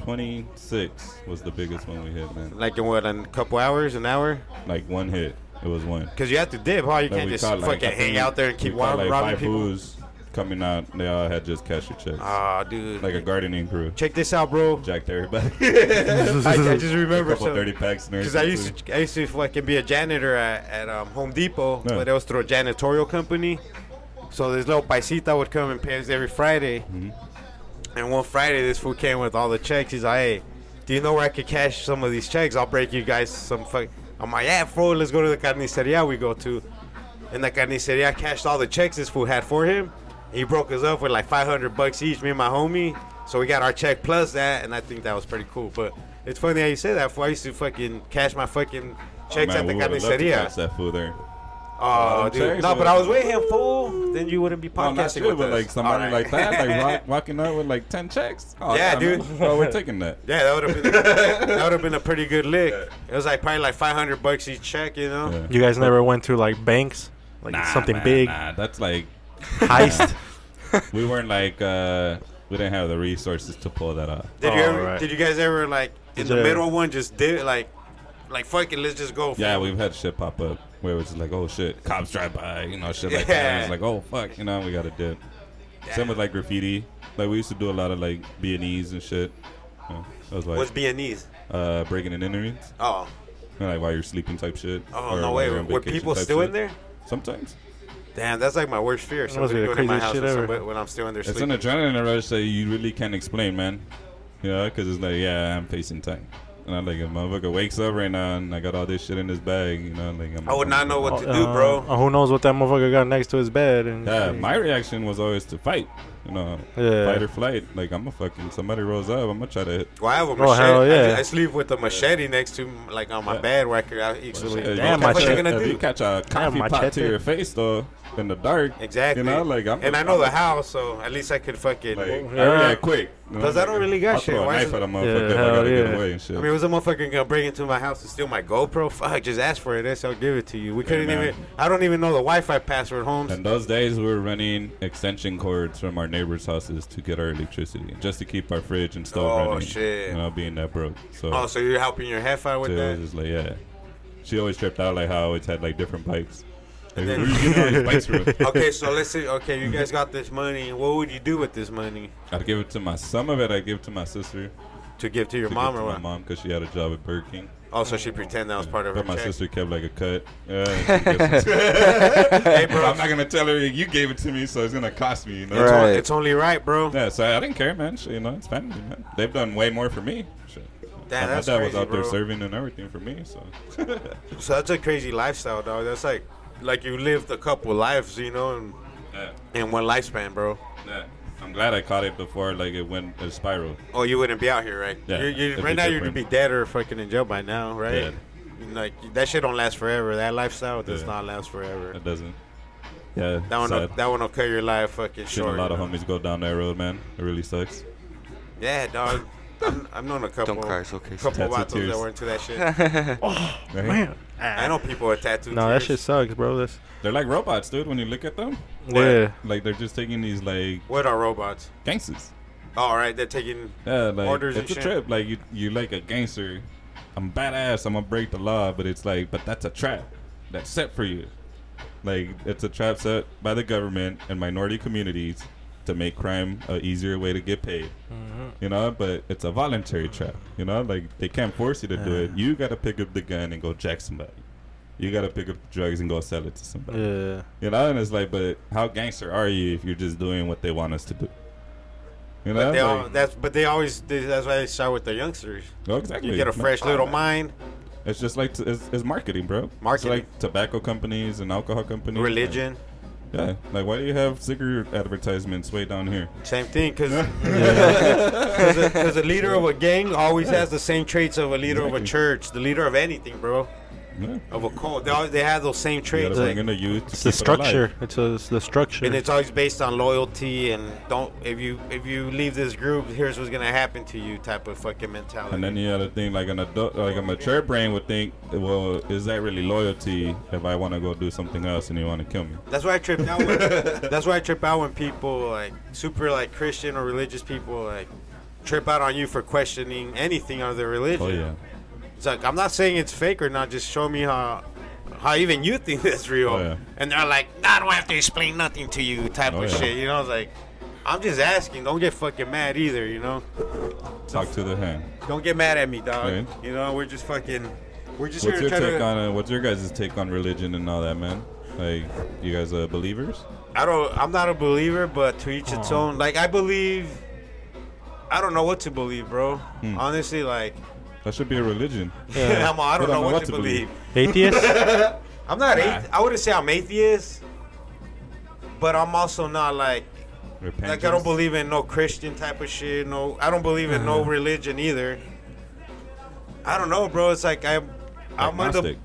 26 was the biggest one we hit, man. Like in what, a couple hours, an hour? Like one hit. It was one. Because you have to dip, huh? You Like, can't we just caught, like, fucking I hang think out there and we keep caught, rob- like, robbing five people. fools coming out. They all had just cashier checks. Ah, dude. like a gardening crew. Check this out, bro. Jacked everybody. I, I just remember a couple something. 30 packs and Because I everything, used too. to, I used to fucking be a janitor at, at um, Home Depot, Yeah. but it was through a janitorial company. So this little paisita would come and pay us every Friday. And one Friday, this fool came with all the checks. He's like, "Hey, do you know where I could cash some of these checks? I'll break you guys some fuck." I'm like, "Yeah, bro, let's go to the carniceria we go to." And the carniceria cashed all the checks this fool had for him. He broke us up with like 500 bucks each, me and my homie. So we got our check plus that, and I think that was pretty cool. But it's funny how you say that. Fool. I used to fucking cash my fucking checks Oh, Man, at the we would've loved to catch carniceria. that fool there. Oh, I'm dude, serious, no, though. but I was with him, fool. Then you wouldn't be Oh, not podcasting sure, with but us. like somebody All right. like that, like walk, walking up with like ten checks. Oh, Yeah, man. dude. Oh, we're taking that. Yeah, that would have been that would have been a pretty good lick. It was like probably like five hundred bucks each check, you know. Yeah. You guys never went to like banks, like Nah, something man, big, Nah, that's like heist. we weren't like uh we didn't have the resources to pull that off. Did you ever? Alright. Did you guys ever like in Did the you- middle one just did like, like fuck it, let's just go. fool. Yeah, we've had shit pop up where it was just like, oh shit, cops drive by, you know, shit like that. Yeah. It's like, oh fuck, you know, we got to dip. Same with like graffiti. Like we used to do a lot of like B and E's and shit. Yeah, that was like What's Viennese? uh, breaking and entering, you Oh, know, like while you're sleeping type shit. oh no or while way. you're on Were vacation people type still shit. in there? Sometimes. Damn, that's like my worst fear. must Somebody be the going in my craziest house shit or ever. somebody- when I'm still in there It's sleeping. an adrenaline rush that you really can't explain, man. You know, because it's like, yeah, I'm facing time. And I'm like, a motherfucker wakes up right now and I got all this shit in this bag, you know, like I'm, I would not know Oh, what to do, Uh, bro. who knows what that motherfucker got next to his bed? And Yeah, my reaction was always to fight, you know, Yeah. fight or flight. Like I'm a fucking somebody rolls up, I'm gonna try to hit. Well, I have a Oh, machete. hell yeah. I, I sleep with a machete next to, m- like, on my Yeah. bed where I could out- easily. If you Damn, catch what a- you gonna if do? you catch a coffee pot to machete. your face though in the dark, Exactly. You know, like I'm, and I know I'm, the house, so at least I could fucking. Like, Yeah. I react quick. you know, Plus, I don't really got I'll shit. Throw a Why knife is- at a motherfucker. if I hell gotta get yeah. away and shit. I mean, was a motherfucker gonna break into my house and steal my GoPro? Fuck, just ask for it. That's I'll give it to you. We couldn't man. even. I don't even know the Wi-Fi password, Holmes. And those days, we were running extension cords from our neighbors' houses to get our electricity, just to keep our fridge and stove Oh, running. shit. You know, being that broke. So, oh, so you're helping your half out with so it was that? just like, yeah. She always tripped out like how I always had like different bikes. Like, then- where you getting all these bikes from? okay, so let's say. Okay, you guys got this money. What would you do with this money I'd give it to my some of it. I give to my sister. to give to your to mom or give to my what? mom because she had a job at Burger King. Oh, so she pretend that was part of her But my check. sister kept like a cut. Yeah, she gets some- Hey, but bro, I'm not gonna tell her you gave it to me, so it's gonna cost me. You know? it's, Right. on- it's only right, bro. Yeah, so I didn't care, man. Shit, you know, it's family, man. They've done way more for me. Shit. Damn, my that's dad crazy, was out bro. there serving and everything for me, so So that's a crazy lifestyle, dog. That's like, like you lived a couple lives, you know, in, yeah, in one lifespan, bro. yeah. I'm glad I caught it before like it went it spiraled. Oh, you wouldn't be out here, right? Yeah, You're, you're, it'd right be now, you'd different. be dead or fucking in jail by now, right? Dead. Like that shit don't last forever. That lifestyle does Yeah. not last forever. It doesn't. Yeah, That one, sad. that one will cut your life fucking Seen short. a lot you of know? homies go down that road, man. It really sucks. Yeah, dog. I'm- I've known a couple. Don't cry, it's okay. Couple Tattoo vatos tears. that were into that shit. man, I know people with tattoo. no, that shit tears. sucks, bro. That's They're like robots, dude. When you look at them, yeah. like they're just taking these like What are robots? Oh, gangsters. All right, they're taking. Yeah, like Orders it's a and shit. trip. Like you, you like a gangster. I'm badass. I'm gonna break the law, but it's like, but that's a trap. That's set for you. Like it's a trap set by the government and minority communities to make crime a easier way to get paid. Mm-hmm. You know, but it's a voluntary trap. You know, like they can't force you to do it. You gotta pick up the gun and go jack somebody. You gotta pick up the drugs and go sell it to somebody. Yeah, You know, and it's like, but how gangster are you if you're just doing what they want us to do? You know, But they Like- all, that's but they always they, that's why they start with the youngsters. Oh, exactly. You get a No. fresh little mind. It's just like t- it's, it's marketing, bro. Marketing. It's like tobacco companies and alcohol companies. religion. Like, yeah. Like, why do you have cigarette advertisements way down here? Same thing, because a, leader of a gang always has the same traits of a leader of a church, the leader of anything, bro. Yeah. of a cult. They always, they have those same You traits. gotta bring Like, in the youth. to It's the keep it alive. structure. It's, a, it's the structure. and it's always based on loyalty and don't if you if you leave this group, here's what's gonna happen to you type of fucking mentality. And then you gotta think like an adult, like a mature brain would think, well, is that really loyalty if I want to go do something else and you want to kill me? That's why I trip out. When, that's why I trip out when people like super like Christian or religious people like trip out on you for questioning anything of their religion. Oh yeah. It's like I'm not saying it's fake or not. Just show me how how even you think that's real. Oh, yeah. And they're like, I don't have to explain nothing to you type Oh, of yeah. shit. You know, it's like I'm just asking. Don't get fucking mad either. You know, Talk to the hand. don't get mad at me, dog. Right. You know, we're just fucking. We're just here What's your to try take to. on uh, what's your guys' take on religion and all that, man? Like, you guys are believers? I don't. I'm not a believer, but to each Oh. its own. Like I believe. I don't know what to believe, bro. Hmm. Honestly, like That should be a religion. Yeah. I'm, I don't know what, to believe. Atheist? I'm not. athe- I wouldn't say I'm atheist, but I'm also not like Repentance. like I don't believe in no Christian type of shit. No, I don't believe in Uh-huh. no religion either. I don't know, bro. It's like I'm. I'm under. agnostic.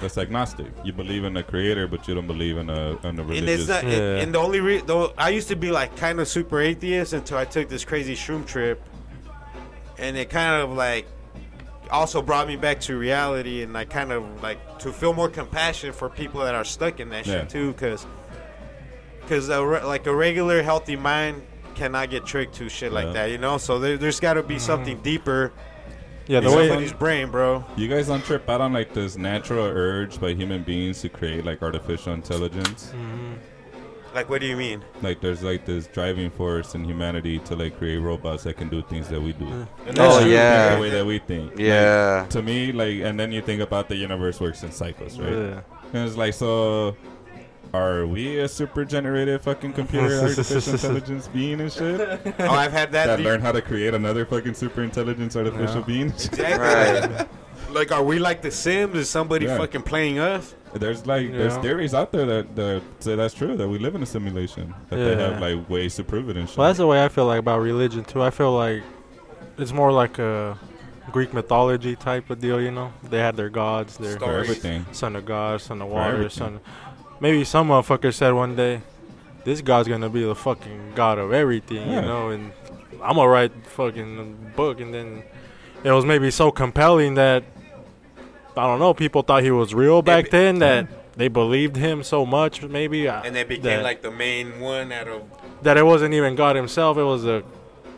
That's agnostic. You believe in a creator, but you don't believe in a in a And it's religious. not. Yeah. And the only re- though I used to be like kind of super atheist until I took this crazy shroom trip, and it kind of like also brought me back to reality and I kind of like to feel more compassion for people that are stuck in that Yeah. shit too, because because like a regular healthy mind cannot get tricked to shit like Yeah. that, you know. So there, there's got to be something deeper Yeah, in the way. somebody's brain, bro. you guys don't trip out on like this natural urge by human beings to create like artificial intelligence. Mm-hmm. Like, what do you mean? Like there's like this driving force in humanity to like create robots that can do things that we do. And Oh, that's- yeah. The way that we think. Yeah. Like, to me, like, and then you think about the universe works in cycles, right? Yeah. And it's like, so are we a super generated fucking computer artificial intelligence being and shit Oh, I've had that. that the- learn how to create another fucking super intelligence artificial Yeah. being? and shit? Exactly. Right. Like, are we like the Sims? Is somebody Yeah. fucking playing us? There's like there's Yeah. theories out there that, that say that's true that we live in a simulation that they Yeah. have like ways to prove it and shit. Well, that's the way I feel like about religion too. I feel like it's more like a Greek mythology type of deal. You know, they had their gods, their for stories. everything. son of God, son of water, everything. son. Maybe some motherfucker said one day, "This God's gonna be the fucking God of everything," Yeah. you know. And I'm gonna write fucking a book, and then it was maybe so compelling that I don't know. People thought he was real back be- then that they believed him so much. Maybe I- And they became that- like the main one out of. that it wasn't even God himself. It was a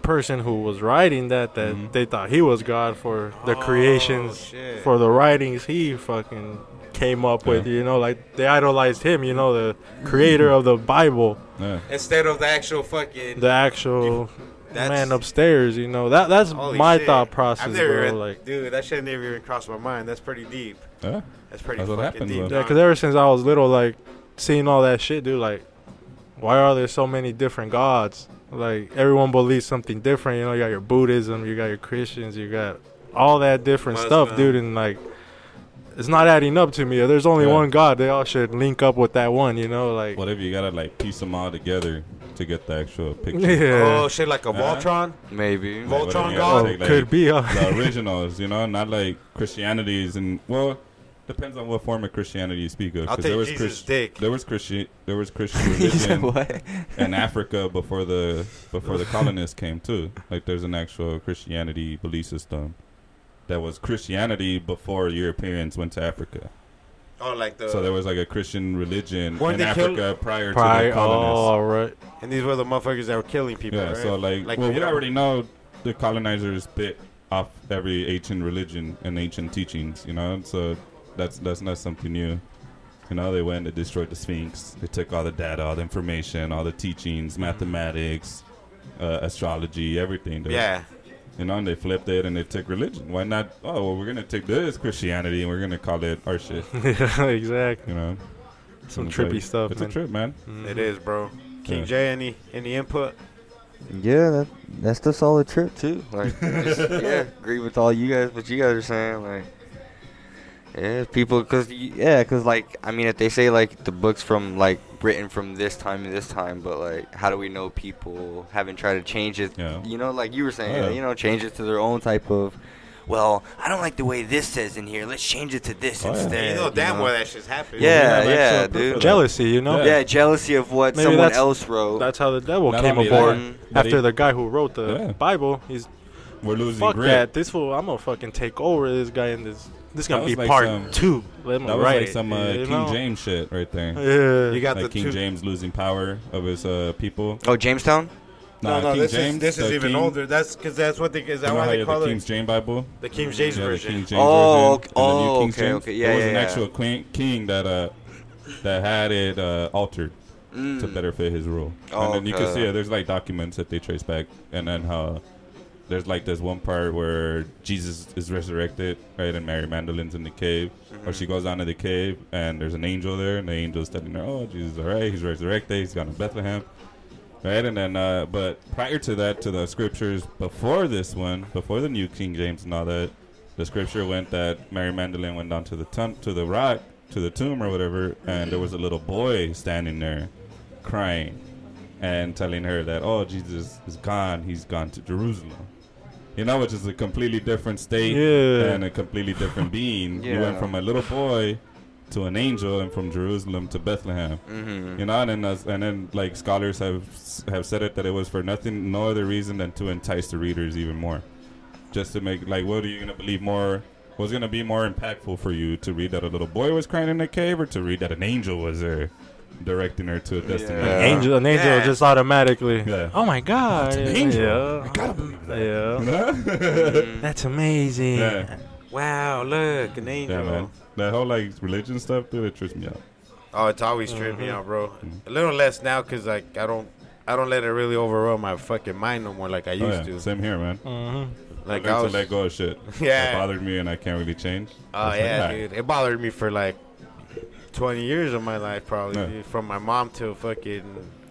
person who was writing that that they thought he was God for the Mm-hmm. Oh, creations, shit. for the writings he fucking came up with. Yeah. You know, like they idolized him. You know, the creator of the Bible, Yeah. Instead of the actual fucking. the actual That's- man upstairs. You know, that that's Holy my shit. thought I've process, never bro. read- Like. dude, that shit never even crossed my mind. That's pretty deep. Yeah. That's pretty That's what fucking happened, deep. bro. Yeah, because ever since I was little, like seeing all that shit, dude, like why are there so many different gods? Like everyone believes something different. You know, you got your Buddhism, you got your Christians, you got all that different Muslim. stuff, dude, and like it's not adding up to me. There's only Yeah. one God. They all should link up with that one. You know, like What if you gotta like piece them all together to get the actual picture? yeah, Oh shit, like a Uh-huh. Voltron. Maybe. Vol- Like, what if Voltron you God? gotta oh, take, like, could be. Uh, the originals, you know, not like Christianities and well, depends on what form of Christianity you speak of. I'll 'cause take Jesus' dick. There was Christian. There was Christian he said religion what? in Africa before the before the colonists came too. Like there's an actual Christianity belief system that was Christianity before Europeans went to Africa. Oh, like the. so there was like a Christian religion Weren't in they killed- Africa prior, to probably. the colonists. all right. and these were the motherfuckers that were killing people. Yeah, right? so like, well, you we know, already know the colonizers bit off every ancient religion and ancient teachings, you know. So that's that's not something new. You know, they went and destroyed the Sphinx. They took all the data, all the information, all the Mm-hmm. teachings, mathematics, uh, astrology, everything. They- Yeah. You know, and they flipped it and they took religion. Why not? Oh, well, we're gonna take this Christianity and we're gonna call it our shit. yeah, exactly. You know, Some It's trippy like- stuff, It's man. a trip, man. It is, bro. King Mm-hmm. Yeah. J, any any input? yeah, that, that's the solid trip too. Like, just- yeah, agree with all you guys. What you guys are saying, like, yeah, people, cause y- yeah, cause like, I mean, if they say like the books from like written from this time and this time, but like, how do we know people haven't tried to change it? Yeah. You know, like you were saying, Yeah. you know, change it to their own type of well, I don't like the way this says in here. Let's change it to this Oh, yeah. instead. You know you damn know? well that shit's happening. Yeah, We have actual yeah, proof dude. of that. Jealousy, you know. Yeah. Yeah, jealousy of what Maybe someone that's- else wrote. That's how the devil Not came only aboard that, but after he- the guy who wrote the Yeah. Bible. He's We're losing fuck grip. that. This fool, I'm gonna fucking take over this guy in this. This gonna That be was like part some- two. Let me That was write like it, some uh, you King know? James shit right there. Yeah, You got Like the King two. James losing power of his uh, people. oh, Jamestown. No, no, King this James, is this is the even king- older. That's because that's what they is You that know why how you they have call the it King James Bible? the King James Yeah, the version. King James Oh, version. ok- and the new oh, King okay, James. okay, yeah, There was yeah, an yeah. actual queen, king that uh that had it uh, altered to better fit his rule. Oh, and then you can Mm. okay. see it. There's like documents that they trace back, and then how there's like this one part where Jesus is resurrected, right? And Mary Magdalene's in the cave, Mm-hmm. or she goes down to the cave, and there's an angel there, and the angel's telling her, "Oh, Jesus, all right, he's resurrected. He's gone to Bethlehem." Right, and then, uh, but prior to that, to the scriptures before this one, before the New King James and all that, the scripture went that Mary Magdalene went down to the tomb, to the rock, to the tomb or whatever, and there was a little boy standing there, crying, and telling her that, oh, Jesus is gone, he's gone to Jerusalem. You know, which is a completely different state Yeah. and a completely different being. You Yeah. went from a little boy to an angel, and from Jerusalem to Bethlehem Mm-hmm. you know, and then, as- and then like scholars have have said it that it was for nothing, no other reason than to entice the readers even more, just to make like, what are you gonna believe more? What's gonna be more impactful for you to read that a little boy was crying in a cave, or to read that an angel was there directing her to a destiny? Yeah. Angel, an angel, Yeah. just automatically. Yeah. Oh my god! That's an angel. Yeah. I gotta believe that. Yeah. Mm-hmm. That's amazing. Yeah. Wow, look, an angel. yeah, man. That whole like religion stuff, dude, it trips me out. Oh, it's always tripped me out, bro. Mm-hmm. A little less now because like I don't, I don't let it really overrule my fucking mind no more like I Oh, used yeah. to. Same here, man. Mhm. Like I learned I was, to let go of shit. Yeah. It bothered me, and I can't really change. oh It's like, yeah, nah. dude, it bothered me for like twenty years of my life probably, Yeah. Mm-hmm. dude, from my mom to fucking.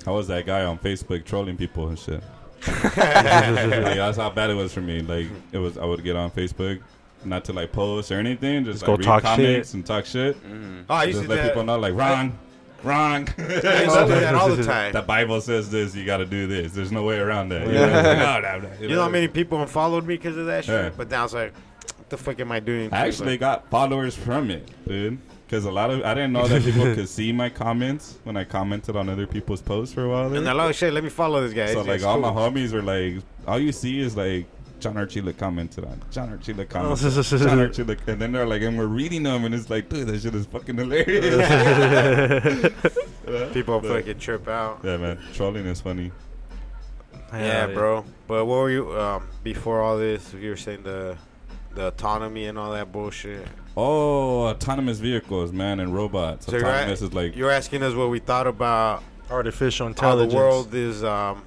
I was that guy on Facebook trolling people and shit. like, that's how bad it was for me. Like it was, I would get on Facebook, not to like post or anything, just, Just like, go read talk comments and talk shit. Oh, I used to Just do let people that. know, like wrong, wrong. I used to do that all the time. the Bible says this, you got to do this. There's no way around that. You Yeah. know, it's like, "Oh, no, no," You know how many people unfollowed me because of that shit? Yeah. But now it's like, what the fuck am I doing? I actually got followers from it, dude. Because a lot of I didn't know that people could see my comments when I commented on other people's posts for a while. there. and a lot of shit. Let me follow this guy. So It's- like it's all my cool. homies were like, all you see is like John Archila commented on, John Archila commented, Oh, on, John Archila, and then they're like, and we're reading them, and it's like, dude, that shit is fucking hilarious. people But- fucking trip out. yeah, man, trolling is funny. Yeah, bro. But what were you um, before all this? You were saying the the autonomy and all that bullshit. Oh, autonomous vehicles, man, and robots. So you're at- autonomous is like, You're asking us what we thought about Artificial how the intelligence. world is um,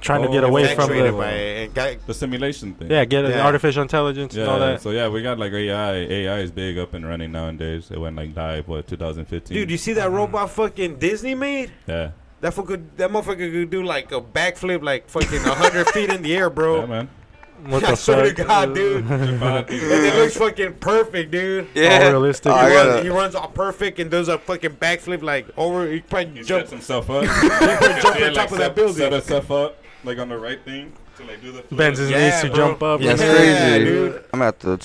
trying to Oh, get away from actuated the. by it. And got, the simulation thing. Yeah, get Yeah. artificial intelligence Yeah, and all that. so yeah, we got like AI. AI is big up and running nowadays. It went like live what 2015. dude, you see Mm-hmm. that robot fucking Disney made? yeah, That fuck could, that motherfucker could do like a backflip, like fucking hundred feet in the air, bro. yeah, man. What I the swear to fuck? God, dude. and it looks fucking perfect, dude. Yeah. All realistic. Oh, I He I runs, gotta- he runs all perfect and does a fucking backflip like over. He probably He jump. sets himself up. jump Yeah, on top of that set- building. Set himself up like on the right thing to like do the flip. Bends his Yeah, knees to bro. jump up. Yeah, That's Yeah, crazy. dude. I'm gonna have to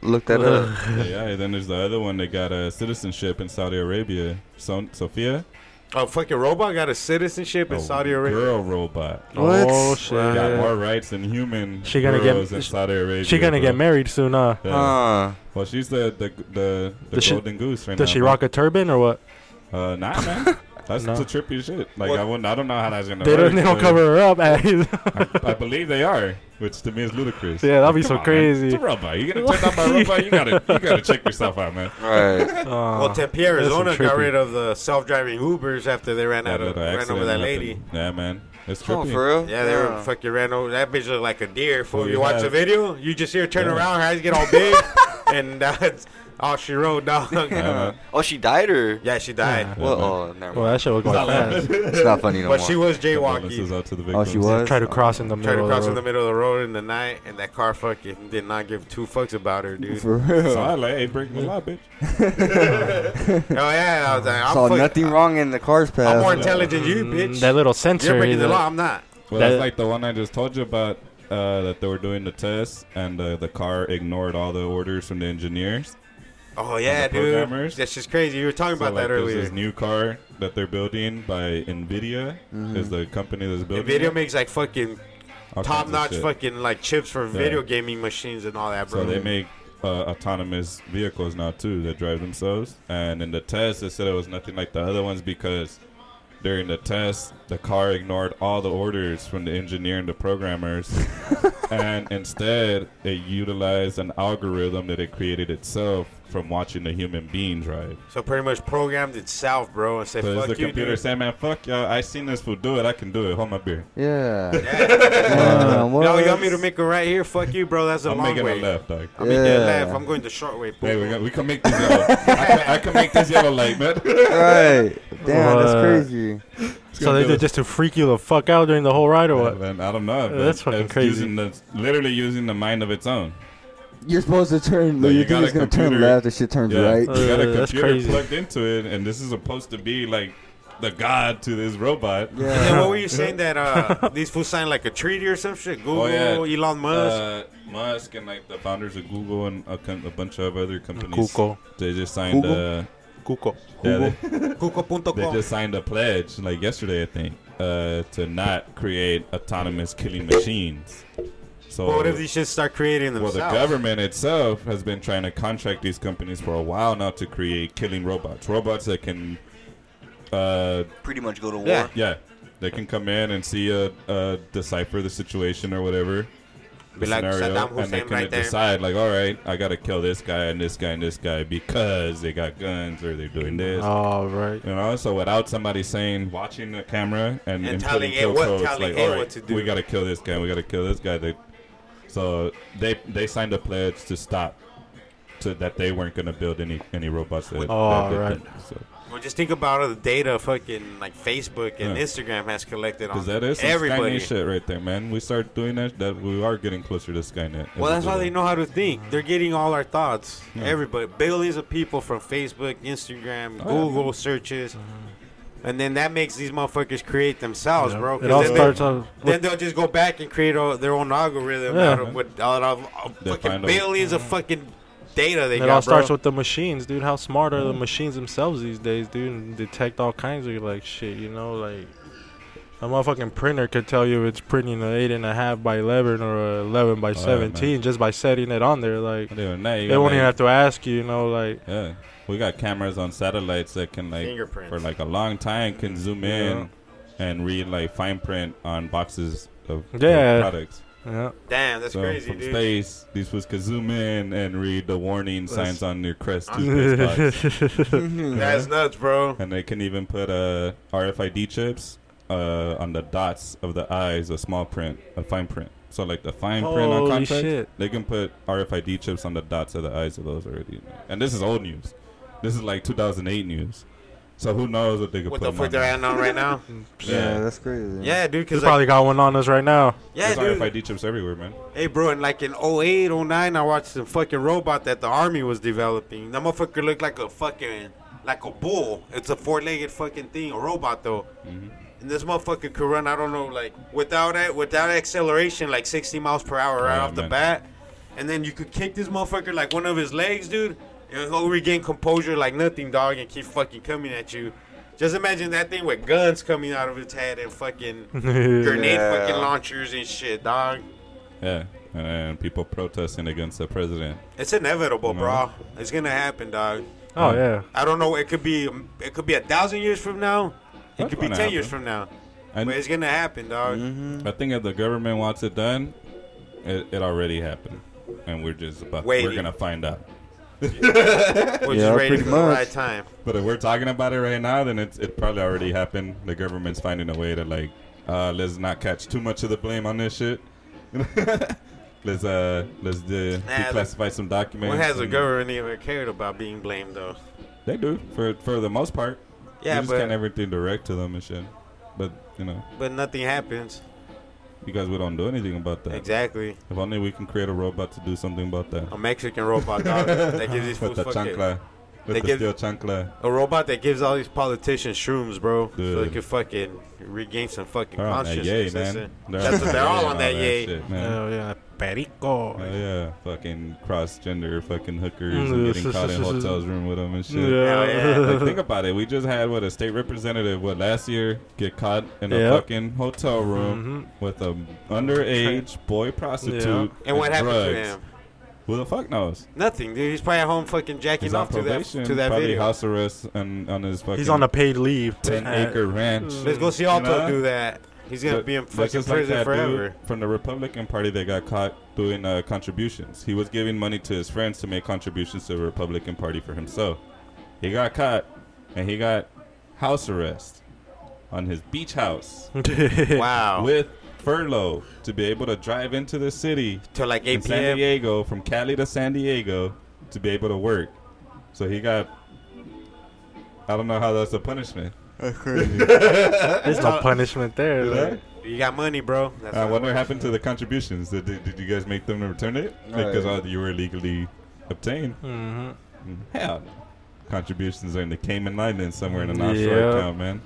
look that up. Yeah, yeah, and then there's the other one that got a citizenship in Saudi Arabia. So- Sophia, A fucking robot got a citizenship in A Saudi Arabia. girl robot, What? Oh shit. got more rights than human. She gonna get- girls in Saudi Arabia. She gonna get bro. married soon, uh. huh? Yeah. Huh. well, she's the the the, the Does she- golden goose right now. Does she bro. rock a turban or what? Uh, nah, man. That's No. the trippy shit. Like What- I wouldn't, I don't know how that's gonna. They work, don't, they don't but cover her up. eh? I, I believe they are, which to me is ludicrous. Yeah, that'd be so Come on, man. crazy. It's a robot. You gonna check out my robot? You gotta you gotta check yourself out, man. Right. Uh, Well, Tempe, Arizona got trippy. rid of the self-driving Ubers after they ran That out of little ran accident over that happened. lady. Yeah, man. It's trippy. Oh, for real? Yeah, they were fucking ran over. That bitch looked like a deer. Fool, Well, you you watch have- the video, you just see her turn Yeah. around, her eyes get all big, and that's all she wrote, dog. Yeah, man. Oh, she died or? yeah, she died. Well, oh, never well, mind. that shit was going fast. It's not funny no But more. she was Condolences jaywalking. out to the oh, victims. she was. Try to cross in the middle. Tried to cross in of the middle of the road in the night, and that car fucking did not give two fucks about her, dude. For real. So I like, hey, break my law, bitch. Oh yeah, I was like, I'm, Saw fuck- nothing wrong in the car's I'm path. more intelligent than you, Mm, bitch. That little You're sensor. breaking the that- law. I'm not. Well, That- that's like the one I just told you about. uh, that they were doing the test, and uh, the car ignored all the orders from the engineers. Oh yeah, the dude. programmers. That's just crazy. You were talking So, about like, that there's earlier. This new car that they're building by Nvidia is the company that's building. Video it. makes like fucking All kinds of top notch shit. fucking like chips for video gaming machines and all that, bro. So they make uh, autonomous vehicles now too that drive themselves. And in the test, they said it was nothing like the other ones because during the test, the car ignored all the orders from the engineer and the programmers, and instead it utilized an algorithm that it created itself from watching the human being drive. so pretty much programmed itself, bro, and said, So it's "Fuck the you, computer dude." saying, "Man, fuck y'all! I seen this fool do it. I can do it. Hold my beer. Yeah. No, you want me to make it right here? Fuck you, bro. That's a I'm long making way. a left, dog." I'm making a Yeah. left. I'm going the short way. Hey, we, fool. got, we can make this yellow. I, can, I can make this yellow light, man. Right. Damn, that's What? crazy. So they did just to freak you the fuck out during the whole ride or what? Man, I don't know. but that's fucking it's crazy. Using the, literally using the mind of its own. You're supposed to turn. Like, you, you think got a it's gonna turn computer- left? This shit turns right. you got a Uh, that's computer crazy. plugged into it, and this is supposed to be like the god to this robot. And then what were you saying that uh, these fools signed like a treaty or some shit? Google, Oh, yeah. Elon Musk. Uh, Musk and like the founders of Google and a, com- a bunch of other companies. Google. They just signed a Google. yeah, they, Cuco.com. they just signed a pledge like yesterday, I think, uh, to not create autonomous killing machines. So But what if these shits start creating Well, themselves? the government itself has been trying to contract these companies for a while now to create killing robots. Robots that can, uh, Pretty much go to war. Yeah. yeah, they can come in and see a, uh decipher the situation or whatever. Be like Saddam and they Hussein can right there. decide like, all right, I gotta kill this guy and this guy and this guy because they got guns or they're doing this. Oh, right. You know, so without somebody saying, watching the camera and, And inputting telling it kill what- codes, telling like, it "All what to do." we gotta kill this guy, we gotta kill this guy. They, so they they signed a pledge to stop, to that they weren't gonna build any any robots. That, Oh, that did right. that. So, Well, just think about all the data fucking like Facebook and Yeah. Instagram has collected on Cause that is some everybody. Skynet shit right there, man. We start doing that, that we are getting closer to Skynet. Well, that's how they know how to think. They're getting all our thoughts. Everybody, billions of people from Facebook, Instagram, Oh, yeah. Google searches, and then that makes these motherfuckers create themselves, bro. 'cause It all then, starts off. they, then they'll just go back and create all, their own algorithm Yeah. out of, with out of, of They fucking find a- billions of fucking data they It got, Mm. all starts bro. with the machines, dude. How smart are the machines themselves these days, dude? And detect all kinds of like shit, you know, like a motherfucking printer could tell you it's printing an eight and a half by eleven or a eleven by man. seventeen just by setting it on there. Like Not even that, you they got, won't even like- have to ask you, you know, like Yeah, we got cameras on satellites that can like Fingerprints. for like a long time can zoom in and read like fine print on boxes of of Yeah. products. yeah, Damn, that's crazy, from dude. space, these fools could zoom in and read the warning signs on your crest On toothpaste box. That's nuts, bro. and they can even put uh, RFID chips uh, on the dots of the eyes, a small print, a fine print. So like the fine print on Holy contact, shit. they can put RFID chips on the dots of the eyes of those already. And this is old news. This is like 2008 news. So who knows what they could What put the them fuck on. they're adding on right now? Yeah. Yeah, that's crazy. Yeah, dude. they Cause like, probably got one on us right now. yeah, There's dude. RFID chips everywhere, man. Hey, bro, and like in 08, 09, I watched some fucking robot that the army was developing. That motherfucker looked like a fucking, like a bull. It's a four legged fucking thing, a robot though. Mm-hmm. And this motherfucker could run, I don't know, like without it, without acceleration, like 60 miles per hour right yeah, off the man. bat. And then you could kick this motherfucker like one of his legs, dude, and he'll regain composure like nothing, dog, and keep fucking coming at you. Just imagine that thing with guns coming out of its head and fucking grenade Yeah. fucking launchers and shit, dog. Yeah. And, and people protesting against the president. It's inevitable, No. bro. It's gonna happen, dog. Oh yeah, I don't know. It could be. It could be a thousand years from now. It That's could be ten gonna years happen. from now. And Mm-hmm. But it's gonna happen, dog. I think if the government wants it done, it, it already happened, and we're just about we're Waiting. gonna find out. We're Yeah, just ready pretty for the much. right time. But if we're talking about it right now, then it's it probably already happened. The government's finding a way to like, uh, let's not catch too much of the blame on this shit. let's uh let's de- Nah, declassify some documents. When has the and- government even cared about being blamed, though? They do for for the most part. Yeah, you just but- can't everything direct to them and shit. But you know, But nothing happens. because we don't do anything about that. Exactly. If only we can create a robot to do something about that. A Mexican robot, dog. that gives these With fools the fucking. chancla. With They the give- steel chancla. A robot that gives all these politicians shrooms, bro, so they Dude. can fucking regain some fucking They're on that yay, consciousness. That's man. it. That's what they're all on that yay. shit, man. Hell yeah, perico. Oh yeah, fucking cross gender fucking hookers and Mm, getting caught in hotels room with them and shit. yeah. Like, think about it. We just had what a state representative what last year get caught in a Yep. fucking hotel room Mhm. with a underage boy prostitute Yeah. And what happened drugs. to him? Who the fuck knows? Nothing, dude. He's probably at home fucking jacking He's on off to that probation. to that probably video. house arrest and on his fucking He's on a paid leave. ten Uh, acre ranch. Let's go see Alto You know? do that. He's gonna Mm-hmm. But- be in but fucking just like prison that dude forever. From the Republican Party, they got caught doing uh, contributions. He was giving money to his friends to make contributions to the Republican Party for himself. He got caught, and he got house arrest on his beach house Wow. with furlough to be able to drive into the city Till like in 8 San p.m. Diego from Cali to San Diego to be able to work. So he got. I don't know how that's a punishment. There's no punishment there. Like, You got money, bro. That's I what- wonder Uh, what happened to the contributions. Did, did, did you guys make them return it? Right. Because all you were illegally obtained. hmm Hell, contributions are in the Cayman Islands somewhere in an offshore Yeah. account, man.